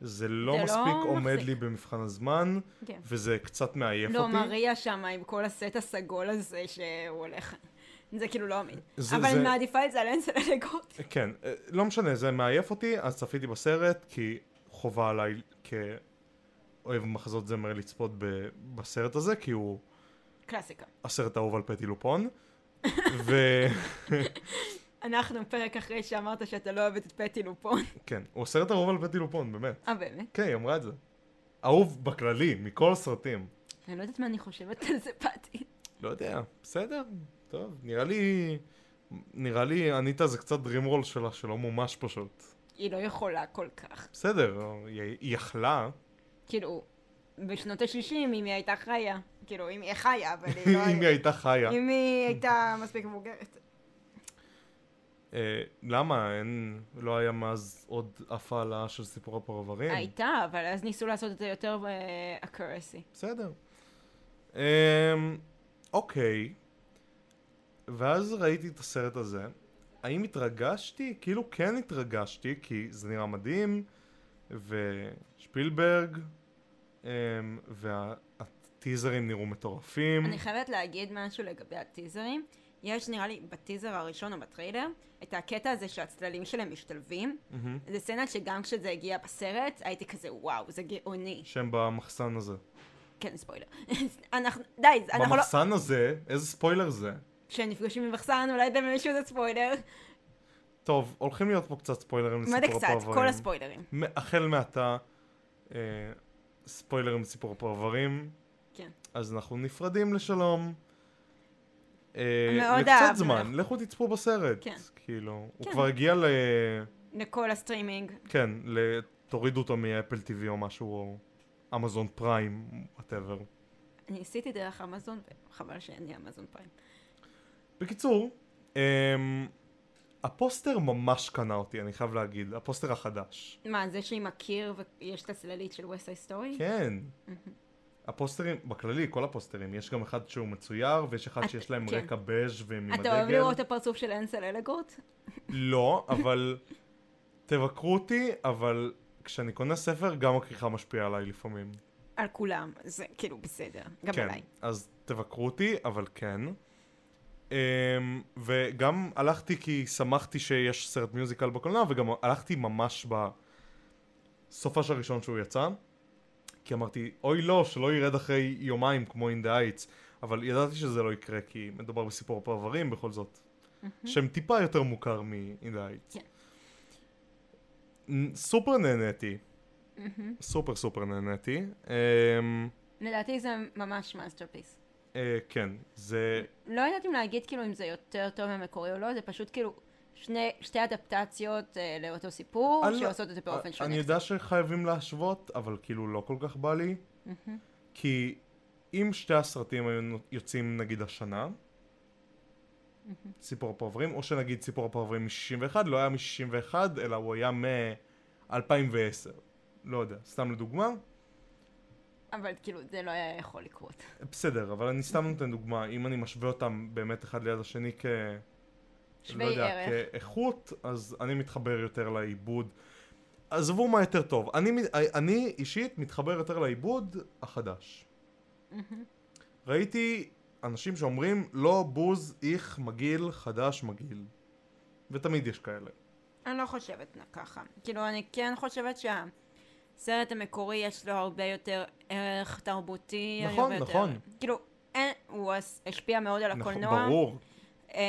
[SPEAKER 2] זה לא
[SPEAKER 1] זה לא
[SPEAKER 2] מספיק עומד
[SPEAKER 1] מחזיק.
[SPEAKER 2] לי במבחן הזמן,
[SPEAKER 1] כן.
[SPEAKER 2] וזה קצת מעייף
[SPEAKER 1] לא,
[SPEAKER 2] אותי.
[SPEAKER 1] מריה שם עם כל הסט הסגול הזה שהוא הולך. זה כאילו לא אמין.
[SPEAKER 2] זה-
[SPEAKER 1] אבל
[SPEAKER 2] זה-
[SPEAKER 1] אני מעדיפה את זה על הנסל אלגורט.
[SPEAKER 2] כן, אה, לא משנה, זה מעייף אותי, אז צפיתי בסרט, כי חובה עליי כאוהב מחזות זמר לצפות ב- בסרט הזה, כי הוא
[SPEAKER 1] קלאסיקה.
[SPEAKER 2] הסרט האהוב על פטי לופון. ו...
[SPEAKER 1] אנחנו פרק אחרי שאמרת שאתה לא אוהבת את פטי לופון.
[SPEAKER 2] כן, הוא הסרט האהוב על פטי לופון, באמת.
[SPEAKER 1] אה, באמת?
[SPEAKER 2] כן, היא אמרה את זה. אהוב בכללי, מכל הסרטים.
[SPEAKER 1] אני לא יודעת מה אני חושבת על זה, פטי.
[SPEAKER 2] לא יודע, בסדר, טוב. נראה לי... נראה לי אניטה זה קצת דרימרול שלה שלא מומש פשוט.
[SPEAKER 1] היא לא יכולה כל כך.
[SPEAKER 2] בסדר, היא היא יכלה,
[SPEAKER 1] כאילו, בשנות ה-60, אם היא הייתה חיה. כאילו, אם היא חיה, אבל היא לא...
[SPEAKER 2] אם היא הייתה חיה.
[SPEAKER 1] אם היא הייתה מספיק מבוגרת.
[SPEAKER 2] אה, למה? אין... לא היה מאז עוד אף העלאה של סיפור
[SPEAKER 1] אה,
[SPEAKER 2] הפרברים.
[SPEAKER 1] הייתה, אבל אז ניסו לעשות את זה יותר אה, אקורסי.
[SPEAKER 2] בסדר. אמ, אוקיי. ואז ראיתי את הסרט הזה. האם התרגשתי? כאילו כן התרגשתי, כי זה נראה מדהים, ושפילברג, אמ, והטיזרים נראו מטורפים.
[SPEAKER 1] אני חייבת להגיד משהו לגבי הטיזרים. יש נראה לי בטיזר הראשון או בטריילר, את הקטע הזה שהצללים שלהם משתלבים.
[SPEAKER 2] מהמם.
[SPEAKER 1] זו סצנה שגם כשזה הגיע בסרט, הייתי כזה וואו, זה גאוני.
[SPEAKER 2] שהם במחסן הזה.
[SPEAKER 1] כן, ספוילר. אנחנו, די, אנחנו לא...
[SPEAKER 2] במחסן הזה, איזה ספוילר זה?
[SPEAKER 1] כשהם נפגשים במחסן, אולי במישהו זה ספוילר.
[SPEAKER 2] טוב, הולכים להיות פה קצת ספוילרים
[SPEAKER 1] מה
[SPEAKER 2] לסיפור
[SPEAKER 1] זה
[SPEAKER 2] הפרברים.
[SPEAKER 1] קצת? כל הספוילרים.
[SPEAKER 2] מ- החל מעתה, אה, ספוילרים לסיפור הפרברים.
[SPEAKER 1] כן.
[SPEAKER 2] אז אנחנו נפרדים לשלום. אה,
[SPEAKER 1] מאוד
[SPEAKER 2] לקצת
[SPEAKER 1] אהבנו
[SPEAKER 2] זמן,
[SPEAKER 1] לך.
[SPEAKER 2] לכו תצפו בסרט.
[SPEAKER 1] כן.
[SPEAKER 2] כאילו, הוא
[SPEAKER 1] כן.
[SPEAKER 2] כבר הגיע ל...
[SPEAKER 1] לכל הסטרימינג.
[SPEAKER 2] כן, ל... תורידו אותו מאפל TV או משהו, או אמזון פריים, וואטאבר.
[SPEAKER 1] אני ניסיתי דרך אמזון, וחבל שאין לי אמזון פריים.
[SPEAKER 2] בקיצור, אמ... הפוסטר ממש קנה אותי, אני חייב להגיד, הפוסטר החדש.
[SPEAKER 1] מה, זה שהיא מכיר ויש את הצללית של ווסט סטורי?
[SPEAKER 2] כן. הפוסטרים, בכללי, כל הפוסטרים, יש גם אחד שהוא מצויר, ויש אחד
[SPEAKER 1] את-
[SPEAKER 2] שיש להם
[SPEAKER 1] כן.
[SPEAKER 2] רקע בז' והם עם הדגל.
[SPEAKER 1] אתה אוהב לראות את הפרצוף של אנסל אלגורט?
[SPEAKER 2] לא, אבל תבקרו אותי, אבל כשאני קונה ספר, גם הכריכה משפיעה עליי לפעמים.
[SPEAKER 1] על כולם, זה כאילו בסדר, גם
[SPEAKER 2] כן,
[SPEAKER 1] עליי.
[SPEAKER 2] אז תבקרו אותי, אבל כן. Um, וגם הלכתי כי שמחתי שיש סרט מיוזיקל בקולנוע, וגם הלכתי ממש בסופש הראשון שהוא יצא, כי אמרתי, אוי לא, שלא ירד אחרי יומיים כמו In the Heights, אבל ידעתי שזה לא יקרה, כי מדובר בסיפור פרברים בכל זאת, שם טיפה יותר מוכר מ-In the Heights.
[SPEAKER 1] כן.
[SPEAKER 2] נ- סופר נהניתי,
[SPEAKER 1] מהמם.
[SPEAKER 2] סופר סופר נהניתי. Um,
[SPEAKER 1] לדעתי זה ממש מאסטרפיס.
[SPEAKER 2] uh, כן, זה...
[SPEAKER 1] לא יודעת אם להגיד כאילו אם זה יותר טוב מהמקורי או לא, זה פשוט כאילו שני, שתי אדפטציות אה, לאותו סיפור,
[SPEAKER 2] אני לא-
[SPEAKER 1] שעושות את זה באופן שונה.
[SPEAKER 2] אני יודע שחייבים להשוות, אבל כאילו לא כל כך בא לי.
[SPEAKER 1] מהמם.
[SPEAKER 2] כי אם שתי הסרטים היו נו- יוצאים נגיד השנה, סיפור הפרברים, או שנגיד סיפור הפרברים מ-61, לא היה מ-61, אלא הוא היה מ-2010. לא יודע, סתם לדוגמה.
[SPEAKER 1] אבל כאילו זה לא היה יכול לקרות.
[SPEAKER 2] בסדר, אבל אני סתם נותן דוגמה, אם אני משווה אותם באמת אחד ליד השני כ...
[SPEAKER 1] שווי
[SPEAKER 2] לא יודע,
[SPEAKER 1] ערך.
[SPEAKER 2] כאיכות, אז אני מתחבר יותר לעיבוד. עזבו מה יותר טוב. אני, מ- אה, אני אישית מתחבר יותר לעיבוד החדש.
[SPEAKER 1] מהמם.
[SPEAKER 2] ראיתי אנשים שאומרים, לא בוז איך מגעיל, חדש מגעיל. ותמיד יש כאלה.
[SPEAKER 1] אני לא חושבת נ- ככה. כאילו, אני כן חושבת שהסרט המקורי יש לו הרבה יותר ערך תרבותי.
[SPEAKER 2] נכון,
[SPEAKER 1] הרבה יותר-
[SPEAKER 2] נכון.
[SPEAKER 1] כאילו, אין, הוא הס- השפיע מאוד על
[SPEAKER 2] נכון,
[SPEAKER 1] הקולנוע.
[SPEAKER 2] ברור.
[SPEAKER 1] אמ,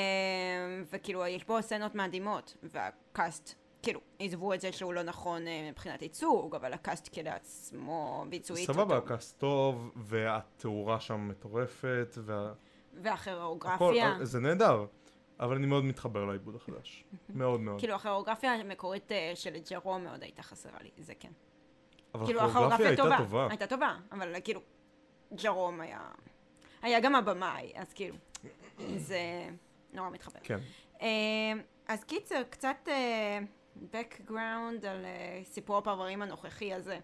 [SPEAKER 1] וכאילו, יש בו סצנות מדהימות, והקאסט, כאילו, עזבו את זה שהוא לא נכון אה, מבחינת ייצוג, אבל הקאסט כלעצמו ביצועית. הוא
[SPEAKER 2] סבבה,
[SPEAKER 1] טוב.
[SPEAKER 2] הכעס טוב, והתאורה שם מטורפת, וה... הכל,
[SPEAKER 1] והכוריאוגרפיה.
[SPEAKER 2] אה, זה נהדר. אבל אני מאוד מתחבר לעיבוד החדש. מאוד מאוד.
[SPEAKER 1] כאילו, הכוריאוגרפיה המקורית אה, של ג'רו מאוד הייתה חסרה לי, זה כן.
[SPEAKER 2] אבל
[SPEAKER 1] כאילו,
[SPEAKER 2] הכוריאוגרפיה
[SPEAKER 1] הכוריאוגרפיה
[SPEAKER 2] הייתה
[SPEAKER 1] טובה.
[SPEAKER 2] טובה.
[SPEAKER 1] הייתה טובה, אבל אה, כאילו, ג'רום היה... היה גם הבמאי, אז כאילו, זה נורא מתחבר.
[SPEAKER 2] כן.
[SPEAKER 1] אה, אז קיצר, קצת אה, background על אה, סיפור הפרברים הנוכחי הזה.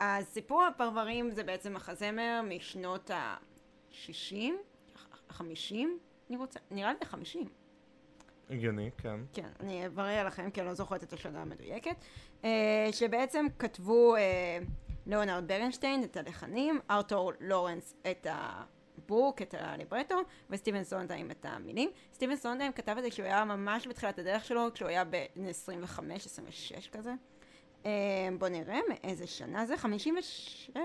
[SPEAKER 1] אז סיפור הפרברים זה בעצם מחזמר משנות ה-60? 50? אני רוצה, נראה לי 50.
[SPEAKER 2] הגיוני, כן.
[SPEAKER 1] כן, אני אברר לכם, כי אני לא זוכרת את השנה המדויקת, אה, שבעצם כתבו אה, ליאונרד ברנשטיין את הלחנים, ארתור לורנס את הבוק, את הליברטו, וסטיבן סונדהיים את המילים. סטיבן סונדהיים כתב את זה כשהוא היה ממש בתחילת הדרך שלו, כשהוא היה בן 25-26 כזה. אה, בוא נראה מאיזה שנה זה, 57?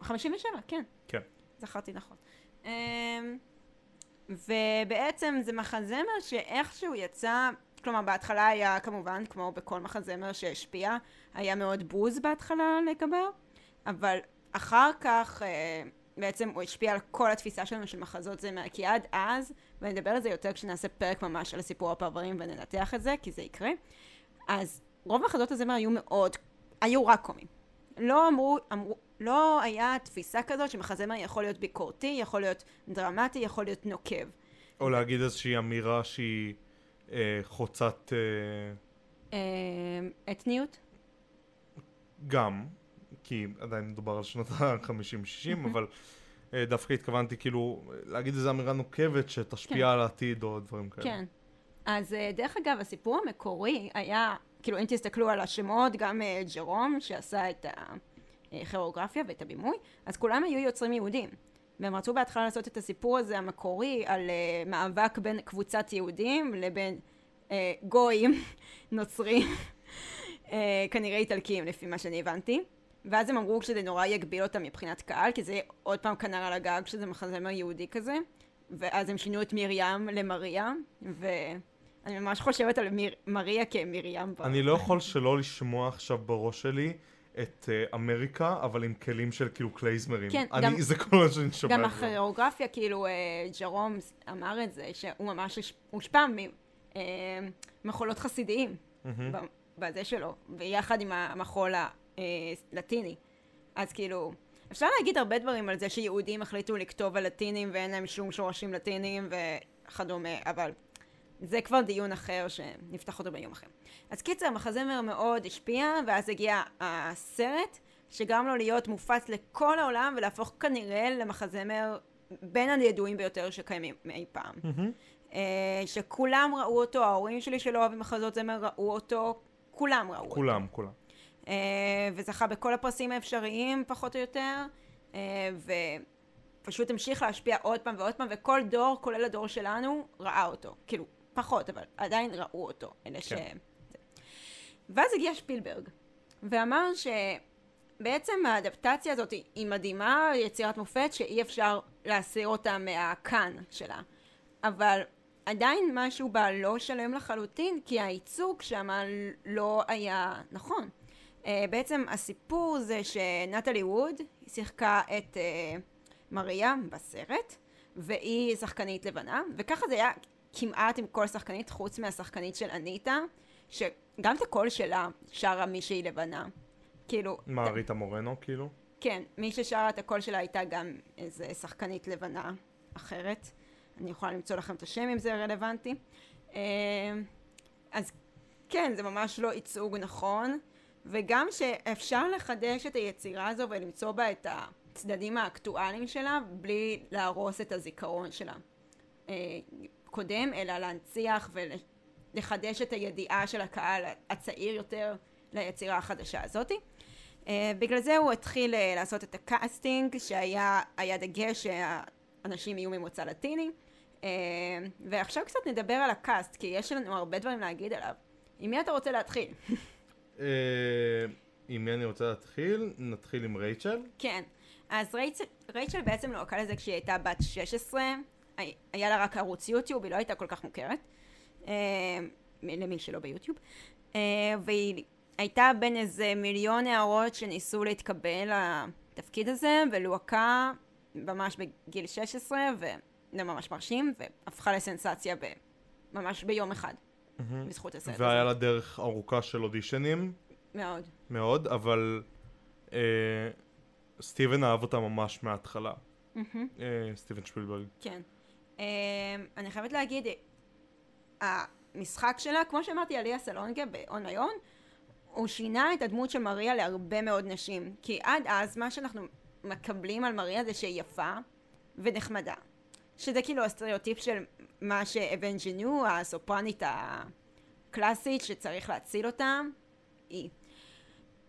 [SPEAKER 1] 57, כן.
[SPEAKER 2] כן.
[SPEAKER 1] זכרתי נכון. אמ, ובעצם זה מחזמר שאיכשהו יצא, כלומר בהתחלה היה כמובן, כמו בכל מחזמר שהשפיע, היה מאוד בוז בהתחלה לגביו, אבל אחר כך אה, בעצם הוא השפיע על כל התפיסה שלנו של מחזות זמר, כי עד אז, ונדבר על זה יותר כשנעשה פרק ממש על סיפור הפרברים וננתח את זה, כי זה יקרה, אז רוב מחזות הזמר היו מאוד, היו רק קומיים. לא אמרו, אמרו, לא היה תפיסה כזאת שמחזמר יכול להיות ביקורתי, יכול להיות דרמטי, יכול להיות נוקב.
[SPEAKER 2] או להגיד איזושהי אמירה שהיא אה, חוצת אה,
[SPEAKER 1] אה, אתניות?
[SPEAKER 2] גם, כי עדיין מדובר על שנות ה-50-60, אבל אה, דווקא התכוונתי כאילו להגיד איזו אמירה נוקבת שתשפיע
[SPEAKER 1] כן.
[SPEAKER 2] על העתיד או דברים כאלה.
[SPEAKER 1] כן. אז אה, דרך אגב, הסיפור המקורי היה, כאילו אם תסתכלו על השמות, גם אה, ג'רום שעשה את הכירוגרפיה ואת הבימוי, אז כולם היו יוצרים יהודים. והם רצו בהתחלה לעשות את הסיפור הזה המקורי על אה, מאבק בין קבוצת יהודים לבין אה, גויים, נוצרים, אה, כנראה איטלקים לפי מה שאני הבנתי. ואז הם אמרו שזה נורא יגביל אותם מבחינת קהל, כי זה יהיה עוד פעם כנר על הגג, שזה מחזמר יהודי כזה. ואז הם שינו את מרים למריה, ואני ממש חושבת על מיר... מריה כמרים. בר.
[SPEAKER 2] אני לא יכול שלא לשמוע עכשיו בראש שלי את אה, אמריקה, אבל עם כלים של כאילו קלייזמרים.
[SPEAKER 1] כן,
[SPEAKER 2] אני,
[SPEAKER 1] גם-
[SPEAKER 2] זה כל מה שאני שומע.
[SPEAKER 1] גם
[SPEAKER 2] כבר.
[SPEAKER 1] הכוריאוגרפיה, כאילו, אה, ג'רום אמר את זה, שהוא ממש הוש- הושפע ממחולות חסידיים
[SPEAKER 2] מהמם.
[SPEAKER 1] ב- בזה שלו, ויחד עם המחול אה, הלטיני. אז כאילו, אפשר להגיד הרבה דברים על זה שיהודים החליטו לכתוב על לטינים ואין להם שום שורשים לטינים וכדומה, אבל זה כבר דיון אחר שנפתח אותו ביום אחר. אז קיצר, המחזמר מאוד השפיע, ואז הגיע הסרט, שגרם לו להיות מופץ לכל העולם ולהפוך כנראה למחזמר בין הידועים ביותר שקיימים אי פעם.
[SPEAKER 2] מהמם.
[SPEAKER 1] אה, שכולם ראו אותו, ההורים שלי שלא אוהבים מחזות זמר ראו אותו, כולם ראו אותו.
[SPEAKER 2] כולם, כולם.
[SPEAKER 1] אה, וזכה בכל הפרסים האפשריים, פחות או יותר, אה, ופשוט המשיך להשפיע עוד פעם ועוד פעם, וכל דור, כולל הדור שלנו, ראה אותו. כאילו, פחות, אבל עדיין ראו אותו. אלה ש...
[SPEAKER 2] כן.
[SPEAKER 1] זה. ואז הגיע שפילברג, ואמר שבעצם האדפטציה הזאת היא- היא מדהימה, יצירת מופת שאי אפשר להסיר אותה מהקאן שלה. אבל עדיין משהו בה לא שלם לחלוטין, כי הייצוג שם לא היה נכון. Uh, בעצם הסיפור זה שנטלי ווד שיחקה את uh, מריה בסרט, והיא שחקנית לבנה, וככה זה היה כמעט עם כל שחקנית, חוץ מהשחקנית של אניטה, שגם את הקול שלה שרה מישהי לבנה. כאילו...
[SPEAKER 2] מה, ריטה מורנו כאילו?
[SPEAKER 1] כן, מי ששרה את הקול שלה הייתה גם איזה שחקנית לבנה אחרת. אני יכולה למצוא לכם את השם אם זה רלוונטי. אה, אז כן, זה ממש לא ייצוג נכון, וגם שאפשר לחדש את היצירה הזו ולמצוא בה את הצדדים האקטואליים שלה בלי להרוס את הזיכרון שלה. אה, הקודם, אלא להנציח ולחדש את הידיעה של הקהל הצעיר יותר ליצירה החדשה הזאתי. אה, בגלל זה הוא התחיל אה, לעשות את הקאסטינג, שהיה היה דגש שהאנשים יהיו ממוצא לטיני. אה, ועכשיו קצת נדבר על הקאסט, כי יש לנו הרבה דברים להגיד עליו. עם מי אתה רוצה להתחיל?
[SPEAKER 2] אה, עם מי אני רוצה להתחיל? נתחיל עם רייצ'ל.
[SPEAKER 1] כן. אז רייצ... רייצ'ל בעצם לא הוקעה לזה כשהיא הייתה בת 16, הי- היה לה רק ערוץ יוטיוב, היא לא הייתה כל כך מוכרת, אה, מ- למי שלא ביוטיוב, אה, והיא הייתה בין איזה מיליון נערות שניסו להתקבל לתפקיד הזה, ולוהקה ממש בגיל 16, וזה ממש מרשים, והפכה לסנסציה ב... ממש ביום אחד, בזכות הסרט הזה.
[SPEAKER 2] והיה לה דרך ארוכה של אודישנים
[SPEAKER 1] מאוד.
[SPEAKER 2] מאוד, אבל אה, סטיבן אהב אותה ממש מההתחלה.
[SPEAKER 1] מהמם.
[SPEAKER 2] אה, סטיבן שפילברג.
[SPEAKER 1] כן. Um, אני חייבת להגיד, אה, המשחק שלה, כמו שאמרתי על ליה סלונגה ב-On My Own, הוא שינה את הדמות של מריה להרבה מאוד נשים. כי עד אז, מה שאנחנו מקבלים על מריה זה שהיא יפה ונחמדה. שזה כאילו הסטריאוטיפ של מה שאבנג'ינו, הסופרנית הקלאסית שצריך להציל אותה, היא.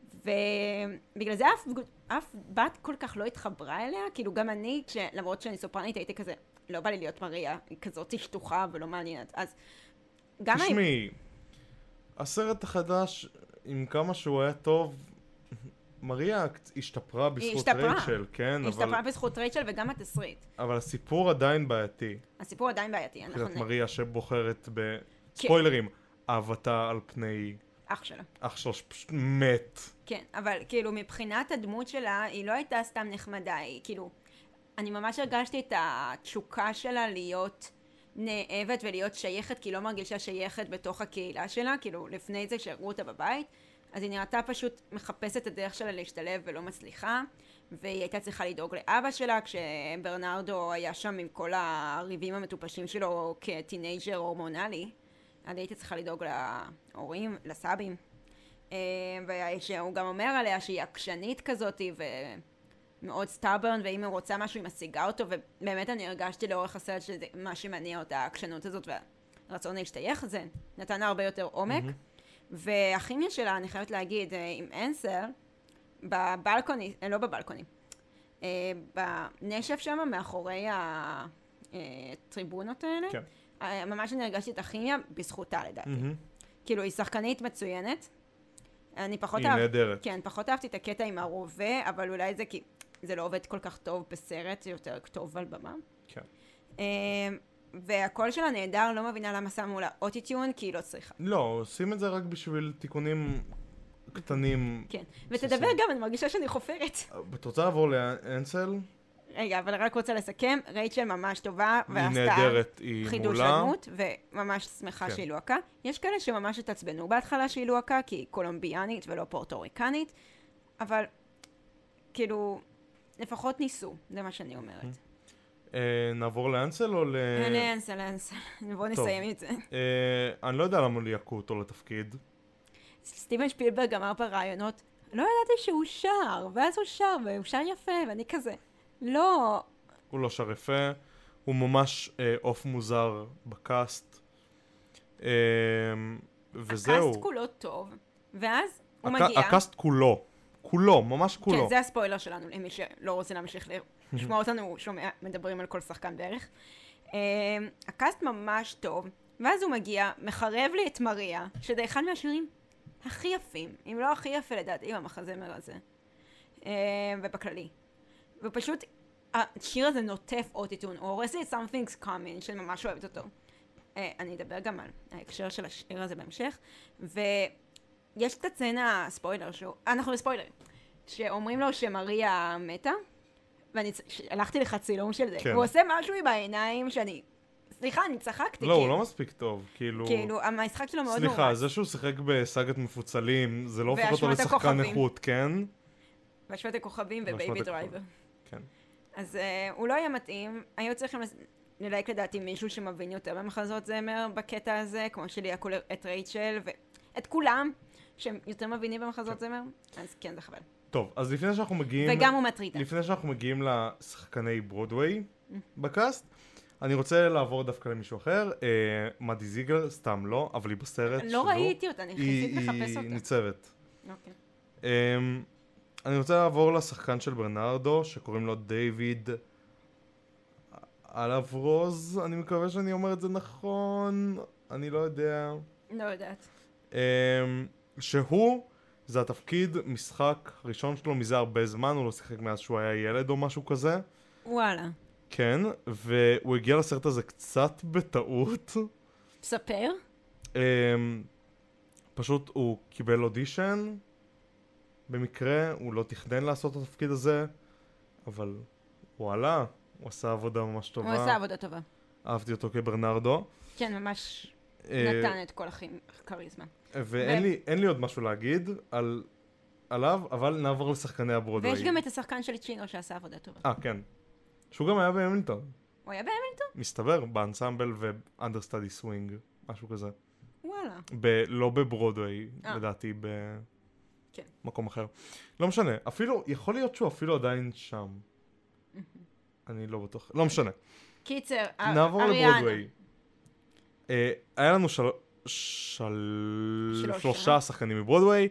[SPEAKER 1] ובגלל זה אף, אף בת כל כך לא התחברה אליה, כאילו גם אני, כש, למרות שאני סופרנית הייתי כזה, לא בא לי להיות מריה, היא כזאת שטוחה ולא מעניינת, אז גם האם...
[SPEAKER 2] תשמעי, הסרט החדש, עם כמה שהוא היה טוב, מריה קצ- השתפרה בזכות
[SPEAKER 1] השתפרה.
[SPEAKER 2] רייצ'ל, כן,
[SPEAKER 1] היא
[SPEAKER 2] אבל,
[SPEAKER 1] השתפרה בזכות רייצ'ל וגם התסריט.
[SPEAKER 2] אבל הסיפור עדיין בעייתי.
[SPEAKER 1] הסיפור עדיין בעייתי, נכון? אנחנו
[SPEAKER 2] מבחינת
[SPEAKER 1] נ...
[SPEAKER 2] מריה שבוחרת ב... ספוילרים, אהבתה על פני
[SPEAKER 1] אח שלה.
[SPEAKER 2] אח שלו שפשוט מת.
[SPEAKER 1] כן, אבל כאילו מבחינת הדמות שלה, היא לא הייתה סתם נחמדה, היא כאילו... אני ממש הרגשתי את התשוקה שלה להיות נאבת ולהיות שייכת, כי היא לא מרגישה שייכת בתוך הקהילה שלה, כאילו לפני זה שהראו אותה בבית, אז היא נראתה פשוט מחפשת את הדרך שלה להשתלב ולא מצליחה, והיא הייתה צריכה לדאוג לאבא שלה כשברנרדו היה שם עם כל הריבים המטופשים שלו כטינג'ר הורמונלי, אז היא הייתה צריכה לדאוג להורים, לסבים. אה, ושהוא גם אומר עליה שהיא עקשנית כזאת ומאוד סטאברן ואם היא רוצה משהו היא משיגה אותו ובאמת אני הרגשתי לאורך הסרט שזה מה שמניע אותה העקשנות הזאת והרצון להשתייך זה נתן לה הרבה יותר עומק והכימיה שלה אני חייבת להגיד אה, עם אנסר בבלקוני, אה, לא בבלקוני אה, בנשף שם מאחורי הטריבונות האלה
[SPEAKER 2] כן.
[SPEAKER 1] אה, ממש אני הרגשתי את הכימיה בזכותה לדעתי כאילו, היא שחקנית מצוינת. אני פחות
[SPEAKER 2] היא נהדרת.
[SPEAKER 1] כן, פחות אהבתי את הקטע עם הרובה, אבל אולי זה כי זה לא עובד כל כך טוב בסרט, זה יותר טוב על במה.
[SPEAKER 2] כן.
[SPEAKER 1] אמ, והקול שלה נהדר, לא מבינה למה שמו לה אוטיטיון, כי היא לא צריכה.
[SPEAKER 2] לא, עושים את זה רק בשביל תיקונים קטנים.
[SPEAKER 1] כן.
[SPEAKER 2] בסדר.
[SPEAKER 1] ותדבר גם, אני מרגישה שאני חופרת.
[SPEAKER 2] את רוצה לעבור לאנסל?
[SPEAKER 1] רגע, אבל רק רוצה לסכם, רייצ'ל ממש טובה,
[SPEAKER 2] היא
[SPEAKER 1] ועשתה...
[SPEAKER 2] נהדרת, היא
[SPEAKER 1] חידוש
[SPEAKER 2] מעולה.
[SPEAKER 1] הדמות, וממש שמחה
[SPEAKER 2] כן.
[SPEAKER 1] שהיא לוהקה. יש כאלה שממש התעצבנו בהתחלה שהיא לוהקה, כי היא קולומביאנית ולא פורטוריקנית, אבל כאילו, לפחות ניסו, זה מה שאני אומרת.
[SPEAKER 2] אה, נעבור לאנסל או ל...
[SPEAKER 1] אלנס, אלנס, בואו נסיים את זה.
[SPEAKER 2] אה, אני לא יודע למה ליעקו אותו לתפקיד.
[SPEAKER 1] סטיבן שפילברג אמר בראיונות, לא ידעתי שהוא שר, ואז הוא שר, והוא שר יפה, ואני כזה, לא,
[SPEAKER 2] הוא לא שר יפה, הוא ממש אה, עוף מוזר בקאסט. אה, וזהו.
[SPEAKER 1] הקאסט כולו טוב, ואז הוא
[SPEAKER 2] הק-
[SPEAKER 1] מגיע.
[SPEAKER 2] הקאסט כולו. כולו, ממש כולו.
[SPEAKER 1] כן, זה הספוילר שלנו, למי שלא רוצה להמשיך ל- לשמוע אותנו, הוא שומע, מדברים על כל שחקן בערך. Um, הקאסט ממש טוב, ואז הוא מגיע, מחרב לי את מריה, שזה אחד מהשירים הכי יפים, אם לא הכי יפה לדעתי, במחזמר הזה, um, ובכללי. ופשוט, השיר הזה נוטף אוטיטון, הוא הורס לי את Something's Coming, שאני ממש אוהבת אותו. אה, אני אדבר גם על ההקשר של השיר הזה בהמשך, ויש את הצנה, ספוילר, שהוא, אה, אנחנו בספוילרים, שאומרים לו שמריה מתה, ואני צ- שלחתי לך צילום של זה,
[SPEAKER 2] כן.
[SPEAKER 1] והוא עושה משהו עם העיניים שאני, סליחה, אני צחקתי,
[SPEAKER 2] לא, הוא
[SPEAKER 1] כאילו.
[SPEAKER 2] לא מספיק טוב, כאילו...
[SPEAKER 1] כאילו, המשחק שלו מאוד
[SPEAKER 2] סליחה,
[SPEAKER 1] נורא,
[SPEAKER 2] זה שהוא שיחק בסאגת מפוצלים, זה לא הופך אותו
[SPEAKER 1] והשמעת
[SPEAKER 2] לשחקן
[SPEAKER 1] הכוכבים.
[SPEAKER 2] איכות, כן?
[SPEAKER 1] והשוואת הכוכבים
[SPEAKER 2] והשוואת
[SPEAKER 1] ובייבי
[SPEAKER 2] הכוכבים.
[SPEAKER 1] דרייבר.
[SPEAKER 2] כן.
[SPEAKER 1] אז uh, הוא לא היה מתאים, היו צריכים לס- ללהק לדעתי מישהו שמבין יותר במחזות זמר בקטע הזה, כמו שליהקו את רייצ'ל ואת כולם, שהם יותר מבינים במחזות זמר, אז כן זה חבל.
[SPEAKER 2] טוב, אז לפני שאנחנו מגיעים...
[SPEAKER 1] וגם הוא מטריד. Mm.
[SPEAKER 2] לפני שאנחנו מגיעים לשחקני ברודוויי בקאסט, אני רוצה לעבור דווקא למישהו אחר, אה, מדי זיגלר, סתם לא, אבל היא בסרט.
[SPEAKER 1] לא
[SPEAKER 2] שלו.
[SPEAKER 1] ראיתי אותה, אני חיכית
[SPEAKER 2] היא,
[SPEAKER 1] לחפש
[SPEAKER 2] היא
[SPEAKER 1] אותה.
[SPEAKER 2] ניצבת.
[SPEAKER 1] אוקיי.
[SPEAKER 2] אה, אני רוצה לעבור לשחקן של ברנרדו, שקוראים לו דיוויד אלברוז, אני מקווה שאני אומר את זה נכון, אני לא יודע.
[SPEAKER 1] לא יודעת.
[SPEAKER 2] אמ, שהוא, זה התפקיד משחק הראשון שלו מזה הרבה זמן, הוא לא שיחק מאז שהוא היה ילד או משהו כזה.
[SPEAKER 1] וואלה.
[SPEAKER 2] כן, והוא הגיע לסרט הזה קצת בטעות.
[SPEAKER 1] ספר?
[SPEAKER 2] אמ, פשוט הוא קיבל אודישן, במקרה, הוא לא תכנן לעשות את התפקיד הזה, אבל וואלה, הוא עשה עבודה ממש
[SPEAKER 1] הוא
[SPEAKER 2] טובה.
[SPEAKER 1] עשה עבודה טובה.
[SPEAKER 2] אהבתי אותו כברנרדו.
[SPEAKER 1] כן, ממש
[SPEAKER 2] אה,
[SPEAKER 1] נתן את כל הכריזמה.
[SPEAKER 2] ואין
[SPEAKER 1] ו-
[SPEAKER 2] לי, אין לי עוד משהו להגיד על, עליו, אבל נעבור לשחקני הברודווי.
[SPEAKER 1] ויש גם את השחקן של צ'ינגר שעשה עבודה טובה.
[SPEAKER 2] אה, כן. שהוא גם היה בהמילטון,
[SPEAKER 1] הוא היה באמת?
[SPEAKER 2] מסתבר, באנסמבל ואנדרסטאדי סווינג, משהו כזה.
[SPEAKER 1] וואלה.
[SPEAKER 2] ב- לא בברודווי,
[SPEAKER 1] אה.
[SPEAKER 2] לדעתי,
[SPEAKER 1] כן.
[SPEAKER 2] במקום אחר. לא משנה, אפילו, יכול להיות שהוא אפילו עדיין שם. אני לא בטוח, לא משנה.
[SPEAKER 1] קיצר, אר-
[SPEAKER 2] נעבור
[SPEAKER 1] אריאנה.
[SPEAKER 2] לברודווי. אה, היה לנו של... של...
[SPEAKER 1] שלושה.
[SPEAKER 2] שלושה שחקנים מברודוויי,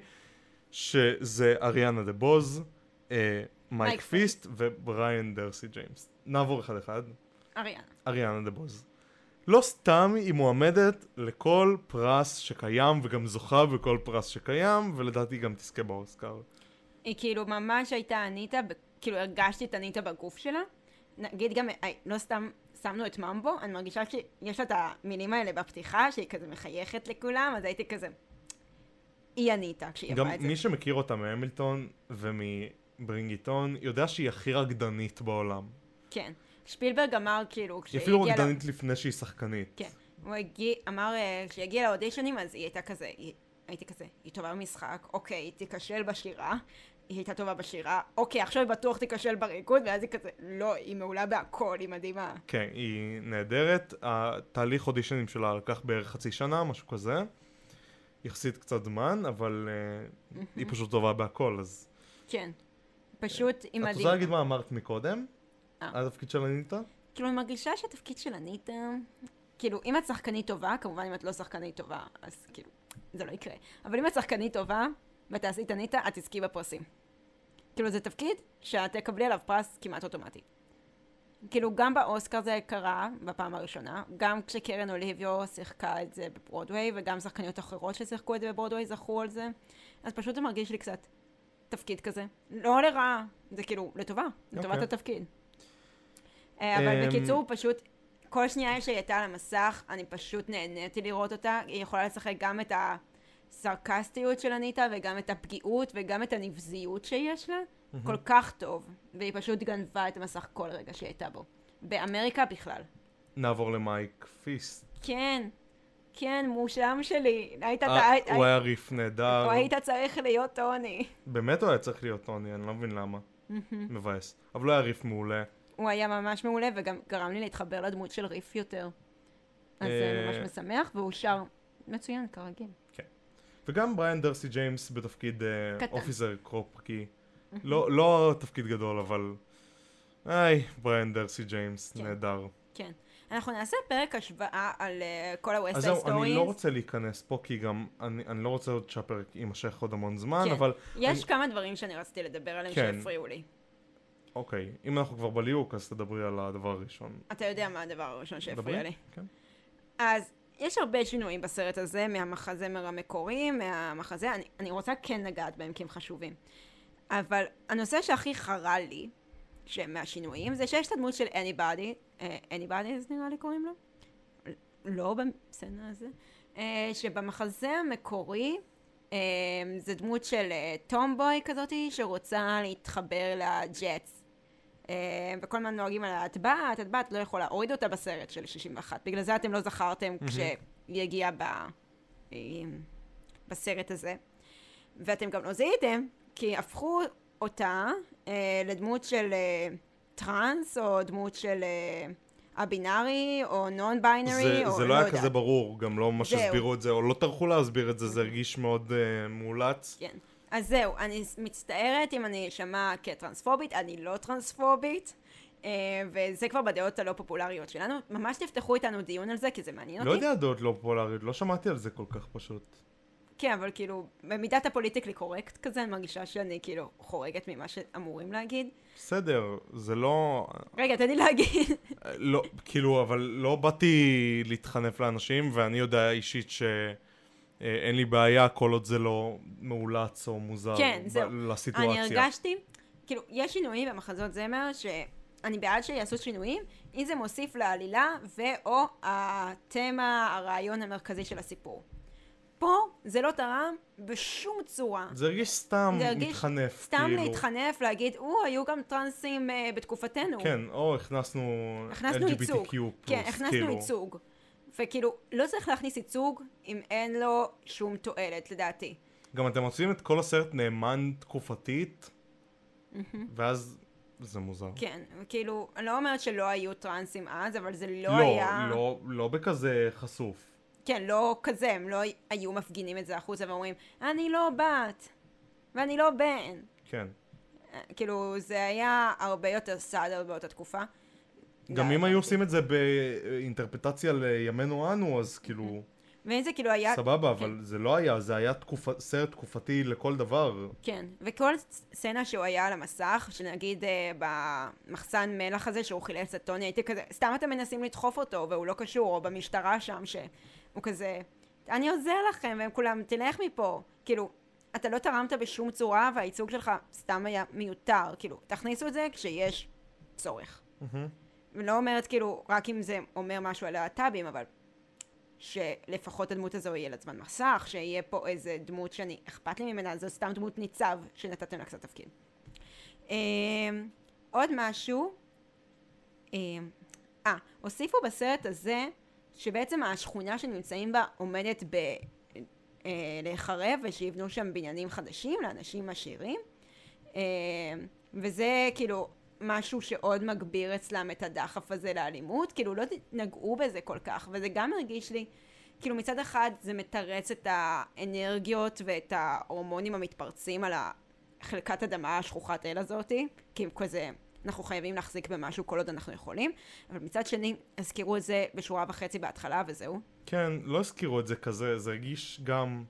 [SPEAKER 2] שזה אריאנה דה בוז, אה, מייק
[SPEAKER 1] מייק פיסט.
[SPEAKER 2] פיסט ובריאן דרסי ג'יימס. נעבור אחד אחד,
[SPEAKER 1] אריאנה.
[SPEAKER 2] אריאנה דה בוז. לא סתם היא מועמדת לכל פרס שקיים, וגם זוכה בכל פרס שקיים, ולדעתי גם תזכה באוסקר.
[SPEAKER 1] היא כאילו ממש הייתה אניטה, ב- כאילו הרגשתי את אניטה בגוף שלה. נגיד גם, אה, לא סתם שמנו את ממבו, אני מרגישה שיש לה את המילים האלה בפתיחה, שהיא כזה מחייכת לכולם, אז הייתי כזה... היא אניטה כשהיא
[SPEAKER 2] גם
[SPEAKER 1] אמרה את זה.
[SPEAKER 2] מי שמכיר אותה מהמילטון ומברינגיטון, יודע שהיא הכי רקדנית בעולם.
[SPEAKER 1] כן. שפילברג אמר כאילו,
[SPEAKER 2] היא
[SPEAKER 1] כשהיא
[SPEAKER 2] אפילו
[SPEAKER 1] הגיעה ל-
[SPEAKER 2] רקדנית לפני שהיא שחקנית.
[SPEAKER 1] כן. הוא הגיע, אמר, אה, כשהיא הגיעה לאודישנים, אז היא הייתה כזה, היא, הייתי כזה, היא טובה במשחק, אוקיי, היא תיכשל בשירה, היא הייתה טובה בשירה, אוקיי, עכשיו היא בטוח תיכשל בריקוד, ואז היא כזה, לא, היא מעולה בהכל, היא מדהימה.
[SPEAKER 2] כן, היא נהדרת. התהליך אודישנים שלה לקח בערך חצי שנה, משהו כזה. יחסית קצת זמן, אבל אה, היא פשוט טובה בהכל, אז...
[SPEAKER 1] כן. פשוט, היא
[SPEAKER 2] את
[SPEAKER 1] מדהימה.
[SPEAKER 2] רוצה להגיד מה אמרת מקודם?
[SPEAKER 1] אה.
[SPEAKER 2] על התפקיד של אניטה?
[SPEAKER 1] כאילו, אני מרגישה שהתפקיד של אניטה... כאילו, אם את שחקנית טובה, כמובן אם את לא שחקנית טובה, אז כאילו, זה לא יקרה. אבל אם את שחקנית טובה, ותעשי את אניטה, את תזכי בפרסים. כאילו, זה תפקיד שאת תקבלי עליו פרס כמעט אוטומטי. כאילו, גם באוסקר זה קרה בפעם הראשונה, גם כשקרן אוליביו שיחקה את זה בברודוויי, וגם שחקניות אחרות ששיחקו את זה בברודוויי זכו על זה. אז פשוט זה מרגיש לי קצת תפקיד כזה. לא לרעה, זה כאילו, לטובה, לטובת
[SPEAKER 2] אוקיי.
[SPEAKER 1] התפקיד. אה, אבל
[SPEAKER 2] אמ,
[SPEAKER 1] בקיצור, פשוט, כל שנייה שהיא הייתה על המסך, אני פשוט נהניתי לראות אותה. היא יכולה לשחק גם את הסרקסטיות של אניטה, וגם את הפגיעות, וגם את הנבזיות שיש לה. כל כך טוב. והיא פשוט גנבה את המסך כל רגע שהיא הייתה בו. באמריקה בכלל.
[SPEAKER 2] נעבור למייק פיסט.
[SPEAKER 1] כן, כן, מושלם שלי. היית,
[SPEAKER 2] אה,
[SPEAKER 1] היית,
[SPEAKER 2] הוא היה ריף נהדר.
[SPEAKER 1] או היית צריך להיות טוני.
[SPEAKER 2] באמת הוא היה צריך להיות טוני, אני לא מבין למה. מבאס. אבל הוא היה ריף מעולה.
[SPEAKER 1] הוא היה ממש מעולה, וגם גרם לי להתחבר לדמות של ריף יותר. אז זה
[SPEAKER 2] אה,
[SPEAKER 1] ממש משמח, והוא שר מצוין, כרגיל.
[SPEAKER 2] וגם בריאן דרסי ג'יימס בתפקיד אה,
[SPEAKER 1] קטן.
[SPEAKER 2] אופיסר קרופקי. לא, לא תפקיד גדול, אבל... היי, בריאן דרסי ג'יימס,
[SPEAKER 1] כן.
[SPEAKER 2] נהדר.
[SPEAKER 1] כן. אנחנו נעשה פרק השוואה על אה, כל ה-West
[SPEAKER 2] אז
[SPEAKER 1] Side
[SPEAKER 2] זהו, אני לא
[SPEAKER 1] Stories.
[SPEAKER 2] רוצה להיכנס פה, כי גם אני, אני לא רוצה עוד שהפרק יימשך עוד המון זמן,
[SPEAKER 1] כן.
[SPEAKER 2] אבל
[SPEAKER 1] יש
[SPEAKER 2] אני-
[SPEAKER 1] כמה דברים שאני רציתי לדבר עליהם
[SPEAKER 2] כן.
[SPEAKER 1] שהפריעו לי.
[SPEAKER 2] אוקיי, אם אנחנו כבר בליהוק, אז תדברי על הדבר הראשון.
[SPEAKER 1] אתה יודע מה הדבר הראשון שהפריע
[SPEAKER 2] דברי,
[SPEAKER 1] לי.
[SPEAKER 2] כן.
[SPEAKER 1] אז יש הרבה שינויים בסרט הזה, מהמחזמר המקורי, מהמחזה, אני, אני רוצה כן לגעת בהם כי הם חשובים. אבל הנושא שהכי חרה לי, ש- מהשינויים, זה שיש את הדמות של אניבאדי, אניבאדי אז נראה לי קוראים לו? לא בסצנה הזה, אה, שבמחזה המקורי אה, זה דמות של אה, טומבוי כזאתי שרוצה להתחבר לג'אטס. אה, וכל הזמן נוהגים עליה, את באת, את באת, לא יכולה, הורידו אותה בסרט של 61. בגלל זה אתם לא זכרתם כשהיא הגיעה ב... אה, בסרט הזה. ואתם גם לא זיהיתם, כי הפכו אותה אה, לדמות של אה, טראנס, או דמות של אה, הבינארי, או נון ביינרי,
[SPEAKER 2] זה,
[SPEAKER 1] או
[SPEAKER 2] זה לא
[SPEAKER 1] לא
[SPEAKER 2] היה
[SPEAKER 1] יודעת.
[SPEAKER 2] כזה ברור, גם לא ממש
[SPEAKER 1] זהו.
[SPEAKER 2] הסבירו את זה, או לא טרחו להסביר את זה, זה הרגיש מאוד אה, מאולץ.
[SPEAKER 1] כן. אז זהו, אני מצטערת אם אני אשמע כטרנספובית, אני לא טרנספובית. אה, וזה כבר בדעות הלא פופולריות שלנו. ממש תפתחו איתנו דיון על זה, כי זה מעניין
[SPEAKER 2] לא
[SPEAKER 1] אותי.
[SPEAKER 2] יודע דעות לא פופולריות, לא שמעתי על זה כל כך פשוט.
[SPEAKER 1] כן, אבל כאילו, במידת הפוליטיקלי קורקט כזה, אני מרגישה שאני כאילו חורגת ממה שאמורים להגיד.
[SPEAKER 2] בסדר, זה לא...
[SPEAKER 1] רגע, תן לי להגיד.
[SPEAKER 2] לא, כאילו, אבל לא באתי להתחנף לאנשים, ואני יודע אישית ש... אה, אין לי בעיה כל עוד זה לא מאולץ או מוזר
[SPEAKER 1] כן,
[SPEAKER 2] ב-
[SPEAKER 1] זהו.
[SPEAKER 2] לסיטואציה.
[SPEAKER 1] אני הרגשתי, כאילו, יש שינויים במחזות זמר שאני בעד שיעשו שינויים, אם זה מוסיף לעלילה ואו התמה, הרעיון המרכזי של הסיפור. פה זה לא תרם בשום צורה.
[SPEAKER 2] זה הרגיש סתם
[SPEAKER 1] זה הרגיש
[SPEAKER 2] מתחנף.
[SPEAKER 1] סתם
[SPEAKER 2] כאילו.
[SPEAKER 1] להתחנף, להגיד, או, היו גם טרנסים אה, בתקופתנו.
[SPEAKER 2] כן, או הכנסנו
[SPEAKER 1] הכנסנו ייצוג.
[SPEAKER 2] LGBTQ+,
[SPEAKER 1] כן, הכנסנו
[SPEAKER 2] כאילו.
[SPEAKER 1] ייצוג. וכאילו, לא צריך להכניס ייצוג אם אין לו שום תועלת, לדעתי.
[SPEAKER 2] גם אתם עושים את כל הסרט נאמן תקופתית, ואז זה מוזר.
[SPEAKER 1] כן, כאילו, אני לא אומרת שלא היו טרנסים אז, אבל זה לא,
[SPEAKER 2] לא,
[SPEAKER 1] היה...
[SPEAKER 2] לא, לא בכזה חשוף.
[SPEAKER 1] כן, לא כזה, הם לא היו מפגינים את זה החוצה ואומרים, אני לא בת, ואני לא בן.
[SPEAKER 2] כן.
[SPEAKER 1] אה, כאילו, זה היה הרבה יותר סאדר באותה תקופה.
[SPEAKER 2] גם אם
[SPEAKER 1] לא,
[SPEAKER 2] היו עושים את זה באינטרפטציה לימינו אנו, אז כאילו,
[SPEAKER 1] ואם זה כאילו היה...
[SPEAKER 2] סבבה, אבל זה לא היה, זה היה תקופה- סרט תקופתי לכל דבר.
[SPEAKER 1] כן, וכל ס- סצנה שהוא היה על המסך, שנגיד אה, במחסן מלח הזה שהוא חילץ את טוני, הייתי כזה, סתם אתם מנסים לדחוף אותו והוא לא קשור, או במשטרה שם, שהוא כזה, אני עוזר לכם, והם כולם, תלך מפה. כאילו, אתה לא תרמת בשום צורה והייצוג שלך סתם היה מיותר, כאילו, תכניסו את זה כשיש צורך. אני לא אומרת כאילו, רק אם זה אומר משהו על להט"בים, אבל שלפחות הדמות הזו יהיה לה זמן מסך, שיהיה פה איזה דמות שאני, אכפת לי ממנה, זו סתם דמות ניצב שנתתם לה קצת תפקיד. אמ, עוד משהו, אמ, אה, הוסיפו בסרט הזה, שבעצם השכונה שנמצאים בה עומדת ב... אה, להיחרב ושיבנו שם בניינים חדשים לאנשים עשירים אה, וזה כאילו משהו שעוד מגביר אצלם את הדחף הזה לאלימות, כאילו לא נגעו בזה כל כך, וזה גם הרגיש לי, כאילו מצד אחד זה מתרץ את האנרגיות ואת ההורמונים המתפרצים על חלקת אדמה השכוחת אל הזאתי, כי הם כזה, אנחנו חייבים להחזיק במשהו כל עוד אנחנו יכולים, אבל מצד שני, הזכירו את זה בשורה וחצי בהתחלה וזהו.
[SPEAKER 2] כן, לא הזכירו את זה כזה, זה הרגיש גם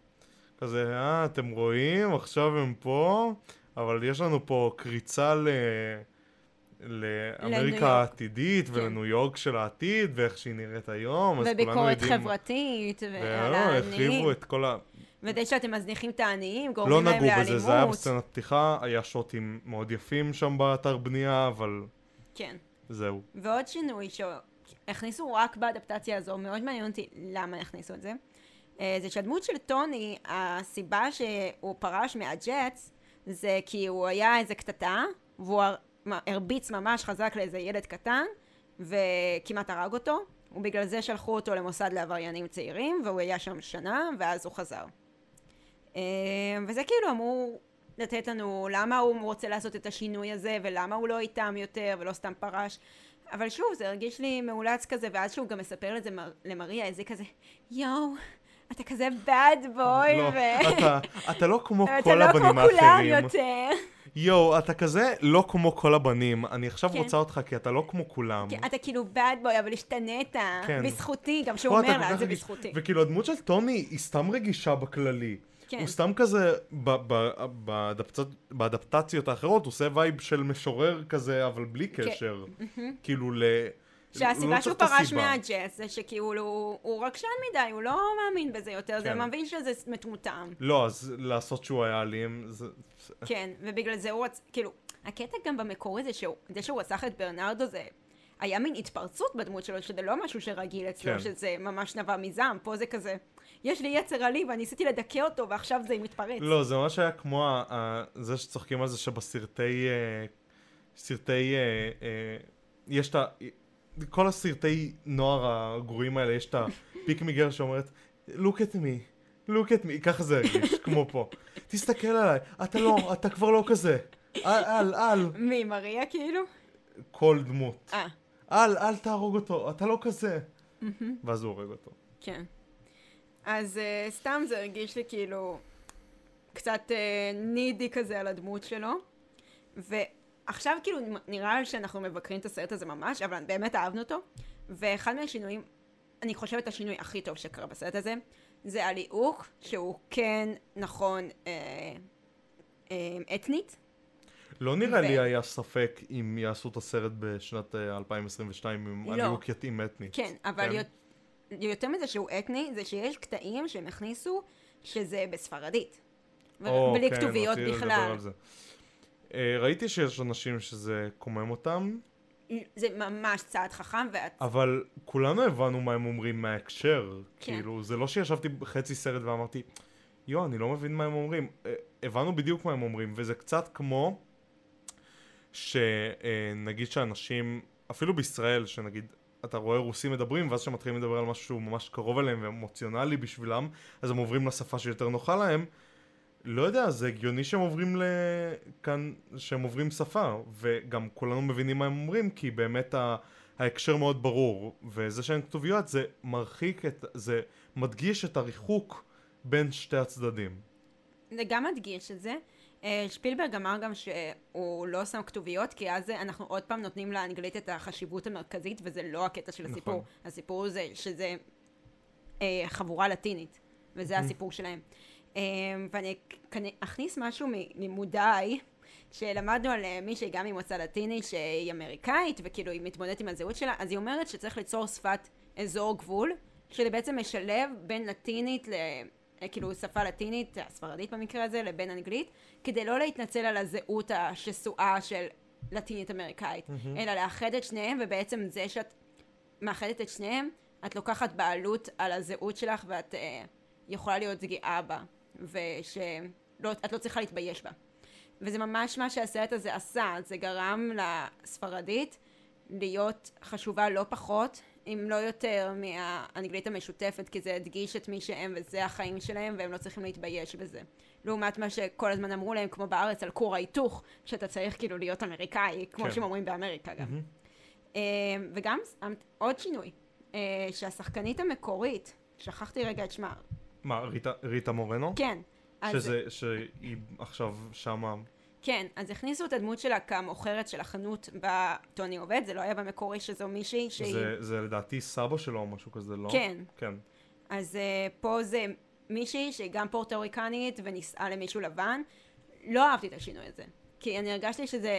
[SPEAKER 2] כזה, אה, אתם רואים, עכשיו הם פה, אבל יש לנו פה קריצה ל...
[SPEAKER 1] לניו יורק.
[SPEAKER 2] לאמריקה העתידית
[SPEAKER 1] כן.
[SPEAKER 2] ולניו יורק של העתיד ואיך שהיא נראית היום, אז כולנו יודעים...
[SPEAKER 1] וביקורת חברתית, ועל
[SPEAKER 2] ולא,
[SPEAKER 1] העניים,
[SPEAKER 2] החריבו את כל ה...
[SPEAKER 1] וזה שאתם מזניחים את העניים,
[SPEAKER 2] לא
[SPEAKER 1] גורמים להם
[SPEAKER 2] נגעו
[SPEAKER 1] לאלימות.
[SPEAKER 2] בזה, זה היה בסצנת פתיחה, היה שוטים מאוד יפים שם באתר בנייה, אבל
[SPEAKER 1] כן.
[SPEAKER 2] זהו.
[SPEAKER 1] ועוד שינוי שהכניסו רק באדפטציה הזו, מאוד מעניין אותי למה הכניסו את זה, אה, זה שהדמות של טוני, הסיבה שהוא פרש מהג'אטס, זה כי הוא היה איזה קטטה, והוא הר- מה- הרביץ ממש חזק לאיזה ילד קטן, וכמעט הרג אותו, ובגלל זה שלחו אותו למוסד לעבריינים צעירים, והוא היה שם שנה, ואז הוא חזר. אה, וזה כאילו אמור לתת לנו למה הוא רוצה לעשות את השינוי הזה, ולמה הוא לא איתם יותר, ולא סתם פרש. אבל שוב, זה הרגיש לי מאולץ כזה, ואז שהוא גם מספר לזה מר... למריה, איזה כזה, יואו, אתה כזה bad boy,
[SPEAKER 2] לא,
[SPEAKER 1] ו...
[SPEAKER 2] אתה- אתה לא כמו
[SPEAKER 1] אתה
[SPEAKER 2] כל
[SPEAKER 1] לא כמו
[SPEAKER 2] הבנים
[SPEAKER 1] כולם
[SPEAKER 2] האחרים.
[SPEAKER 1] יותר.
[SPEAKER 2] יואו, אתה כזה לא כמו כל הבנים, אני עכשיו
[SPEAKER 1] כן.
[SPEAKER 2] רוצה אותך כי אתה לא כמו כולם.
[SPEAKER 1] כן, אתה כאילו bad boy, אבל השתנית.
[SPEAKER 2] כן.
[SPEAKER 1] בזכותי, גם שהוא
[SPEAKER 2] פה אתה
[SPEAKER 1] אומר
[SPEAKER 2] כל
[SPEAKER 1] לה,
[SPEAKER 2] כך
[SPEAKER 1] זה
[SPEAKER 2] רגיש."
[SPEAKER 1] בזכותי.
[SPEAKER 2] וכאילו הדמות של טוני היא סתם רגישה בכללי.
[SPEAKER 1] כן.
[SPEAKER 2] הוא סתם כזה, ב- ב- באדפצ- באדפטציות האחרות, הוא עושה וייב של משורר כזה, אבל בלי קשר. כאילו ל... הוא לא
[SPEAKER 1] כן. שהסיבה שהוא
[SPEAKER 2] צריך את
[SPEAKER 1] פרש
[SPEAKER 2] הסיבה.
[SPEAKER 1] מהג'אס זה שכאילו הוא- הוא רגשן מדי, הוא לא מאמין בזה יותר, זה
[SPEAKER 2] כן.
[SPEAKER 1] מבין שזה מטומטם.
[SPEAKER 2] לא, אז לעשות שהוא היה אלים, זה...
[SPEAKER 1] כן, ובגלל זה הוא רצ... כאילו, הקטע גם במקורי זה שהוא, זה שהוא רצח את ברנרדו זה... היה מין התפרצות בדמות שלו, שזה לא משהו שרגיל אצלו,
[SPEAKER 2] כן.
[SPEAKER 1] שזה ממש נבע מזעם, פה זה כזה, יש לי יצר עלי ואני ניסיתי לדכא אותו ועכשיו זה מתפרץ.
[SPEAKER 2] לא, זה ממש היה כמו ה- ה- זה שצוחקים על זה שבסרטי... אה, סרטי... אה, אה, יש את ה... כל הסרטי נוער הגרועים האלה, יש את הפיק מגר שאומרת, look at me, look at me, ככה זה הרגיש, כמו פה. תסתכל עליי, אתה לא, אתה כבר לא כזה. אל, אל, אל,
[SPEAKER 1] מי, מריה כאילו?
[SPEAKER 2] כל דמות.
[SPEAKER 1] אה,
[SPEAKER 2] אל, אל תהרוג אותו, אתה לא כזה. ואז הוא הורג אותו.
[SPEAKER 1] כן. אז uh, סתם זה הרגיש לי אה, כאילו קצת uh, נידי כזה על הדמות שלו. עכשיו כאילו נראה שאנחנו מבקרים את הסרט הזה ממש, אבל באמת אהבנו אותו. ואחד מהשינויים, אני חושבת השינוי הכי טוב שקרה בסרט הזה, זה הליהוק שהוא כן נכון אה, אה, אתנית.
[SPEAKER 2] לא נראה
[SPEAKER 1] ו-
[SPEAKER 2] לי היה ספק אם יעשו את הסרט בשנת אה, 2022, אם
[SPEAKER 1] לא.
[SPEAKER 2] הליהוק יתאים אתנית.
[SPEAKER 1] כן, אבל יות- יותר מזה שהוא אתני, זה שיש קטעים שהם הכניסו שזה בספרדית. ו-
[SPEAKER 2] או,
[SPEAKER 1] בלי
[SPEAKER 2] כן,
[SPEAKER 1] כתוביות
[SPEAKER 2] רציתי לדבר
[SPEAKER 1] בכלל.
[SPEAKER 2] על זה. אה, ראיתי שיש אנשים שזה קומם אותם,
[SPEAKER 1] זה ממש צעד חכם, ואת...
[SPEAKER 2] אבל כולנו הבנו מה הם אומרים מההקשר.
[SPEAKER 1] כן.
[SPEAKER 2] כאילו, זה לא שישבתי חצי סרט ואמרתי, יואו, אני לא מבין מה הם אומרים. אה, הבנו בדיוק מה הם אומרים, וזה קצת כמו שנגיד שאנשים, אפילו בישראל, שנגיד... אתה רואה רוסים מדברים, ואז כשהם מתחילים לדבר על משהו שהוא ממש קרוב אליהם ואמוציונלי בשבילם, אז הם עוברים לשפה שיותר נוחה להם. לא יודע, זה הגיוני שהם עוברים לכאן, שהם עוברים שפה, וגם כולנו מבינים מה הם אומרים, כי באמת ה... ההקשר מאוד ברור, וזה שאין כתוביות זה מרחיק את, זה מדגיש את הריחוק בין שתי הצדדים.
[SPEAKER 1] זה גם מדגיש את זה. אה, שפילברג אמר גם שהוא לא שם כתוביות, כי אז אה, אנחנו עוד פעם נותנים לאנגלית את החשיבות המרכזית, וזה לא הקטע של הסיפור.
[SPEAKER 2] נכון.
[SPEAKER 1] הסיפור זה שזה אה, חבורה לטינית, וזה הסיפור שלהם. אה, ואני כנ- אכניס משהו מלימודיי, שלמדנו על אה, מישהי גם ממוצא לטיני, שהיא אמריקאית, וכאילו היא מתמודדת עם הזהות שלה, אז היא אומרת שצריך ליצור שפת אזור גבול, שזה בעצם משלב בין לטינית ל... אה, כאילו שפה לטינית, הספרדית במקרה הזה, לבין אנגלית, כדי לא להתנצל על הזהות השסועה של לטינית אמריקאית, mm-hmm. אלא לאחד את שניהם, ובעצם זה שאת מאחדת את שניהם, את לוקחת בעלות על הזהות שלך ואת אה, יכולה להיות גאה בה, ושאת לא צריכה להתבייש בה. וזה ממש מה שהסרט הזה עשה, זה גרם לספרדית להיות חשובה לא פחות, אם לא יותר, מהאנגלית המשותפת, כי זה הדגיש את מי שהם וזה החיים שלהם, והם לא צריכים להתבייש בזה. לעומת מה שכל הזמן אמרו להם, כמו בארץ, על כור ההיתוך, שאתה צריך כאילו להיות אמריקאי, כמו
[SPEAKER 2] כן.
[SPEAKER 1] שהם אומרים באמריקה גם. אה, וגם ס- אמ- עוד שינוי, אה, שהשחקנית המקורית, שכחתי רגע את שמה,
[SPEAKER 2] מה, ריטה, ריטה מורנו?
[SPEAKER 1] כן. אז-
[SPEAKER 2] שזה, שהיא עכשיו שמה,
[SPEAKER 1] כן, אז הכניסו את הדמות שלה כמוכרת של החנות בטוני עובד, זה לא היה במקורי שזו מישהי שהיא...
[SPEAKER 2] זה, זה לדעתי סבא שלו או משהו כזה, לא?
[SPEAKER 1] כן.
[SPEAKER 2] כן.
[SPEAKER 1] אז אה, פה זה מישהי שהיא גם פורטוריקנית ונישאה למישהו לבן. לא אהבתי את השינוי הזה, כי אני הרגשתי שזה,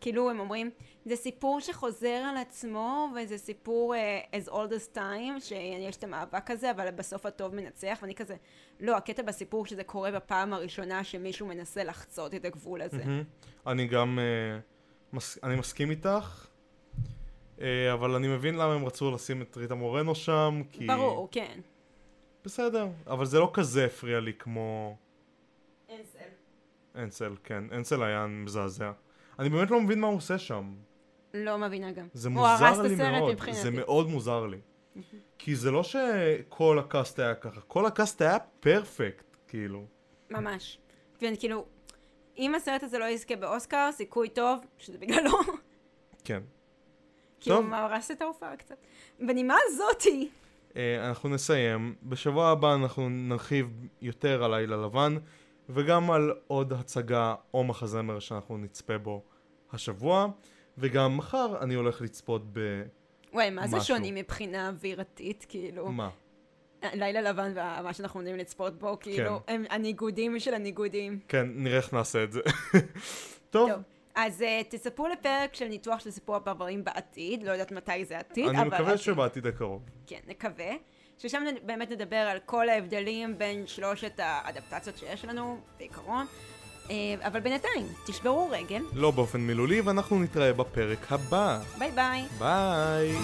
[SPEAKER 1] כאילו הם אומרים, זה סיפור שחוזר על עצמו, וזה סיפור אה, as old as time, שיש את המאבק הזה, אבל בסוף הטוב מנצח, ואני כזה, לא, הקטע בסיפור שזה קורה בפעם הראשונה שמישהו מנסה לחצות את הגבול הזה.
[SPEAKER 2] מהמם. אני גם, אה, מס, אני מסכים איתך, אה, אבל אני מבין למה הם רצו לשים את ריטה מורנו שם, כי...
[SPEAKER 1] ברור, כן.
[SPEAKER 2] בסדר, אבל זה לא כזה הפריע לי כמו...
[SPEAKER 1] אין סל.
[SPEAKER 2] אנסל, כן. אנסל היה מזעזע. אני באמת לא מבין מה הוא עושה שם.
[SPEAKER 1] לא מבינה גם.
[SPEAKER 2] זה
[SPEAKER 1] הוא הרס
[SPEAKER 2] מוזר
[SPEAKER 1] את
[SPEAKER 2] לי
[SPEAKER 1] הסרט
[SPEAKER 2] מאוד.
[SPEAKER 1] מבחינתי.
[SPEAKER 2] זה מאוד מוזר לי. כי זה לא שכל הקאסט היה ככה, כל הקאסט היה פרפקט, כאילו.
[SPEAKER 1] ממש. ואני כאילו, אם הסרט הזה לא יזכה באוסקר, סיכוי טוב, שזה בגללו,
[SPEAKER 2] כן.
[SPEAKER 1] כי הוא
[SPEAKER 2] טוב.
[SPEAKER 1] הרס את ההופעה קצת. בנימה זאתי,
[SPEAKER 2] אה, אנחנו נסיים. בשבוע הבא אנחנו נרחיב יותר על לילה לבן, וגם על עוד הצגה או מחזמר שאנחנו נצפה בו השבוע, וגם מחר אני הולך לצפות ב...
[SPEAKER 1] וואי, מה זה
[SPEAKER 2] משהו.
[SPEAKER 1] שונים מבחינה אווירתית, כאילו,
[SPEAKER 2] מה?
[SPEAKER 1] לילה לבן ומה שאנחנו עומדים לצפות בו, כאילו, הם הניגודים של הניגודים.
[SPEAKER 2] כן, נראה איך נעשה את זה. טוב,
[SPEAKER 1] טוב. אז אה, תצפו לפרק של ניתוח של סיפור הפרברים בעתיד, לא יודעת מתי זה עתיד, אבל... אוקיי.
[SPEAKER 2] אני מקווה
[SPEAKER 1] עתיד.
[SPEAKER 2] שבעתיד הקרוב.
[SPEAKER 1] כן, נקווה. ששם נ- באמת נדבר על כל ההבדלים בין שלושת האדפטציות שיש לנו, בעיקרון. אה, אבל בינתיים, תשברו רגל.
[SPEAKER 2] לא באופן מילולי, ואנחנו נתראה בפרק הבא.
[SPEAKER 1] ביי ביי.
[SPEAKER 2] ביי!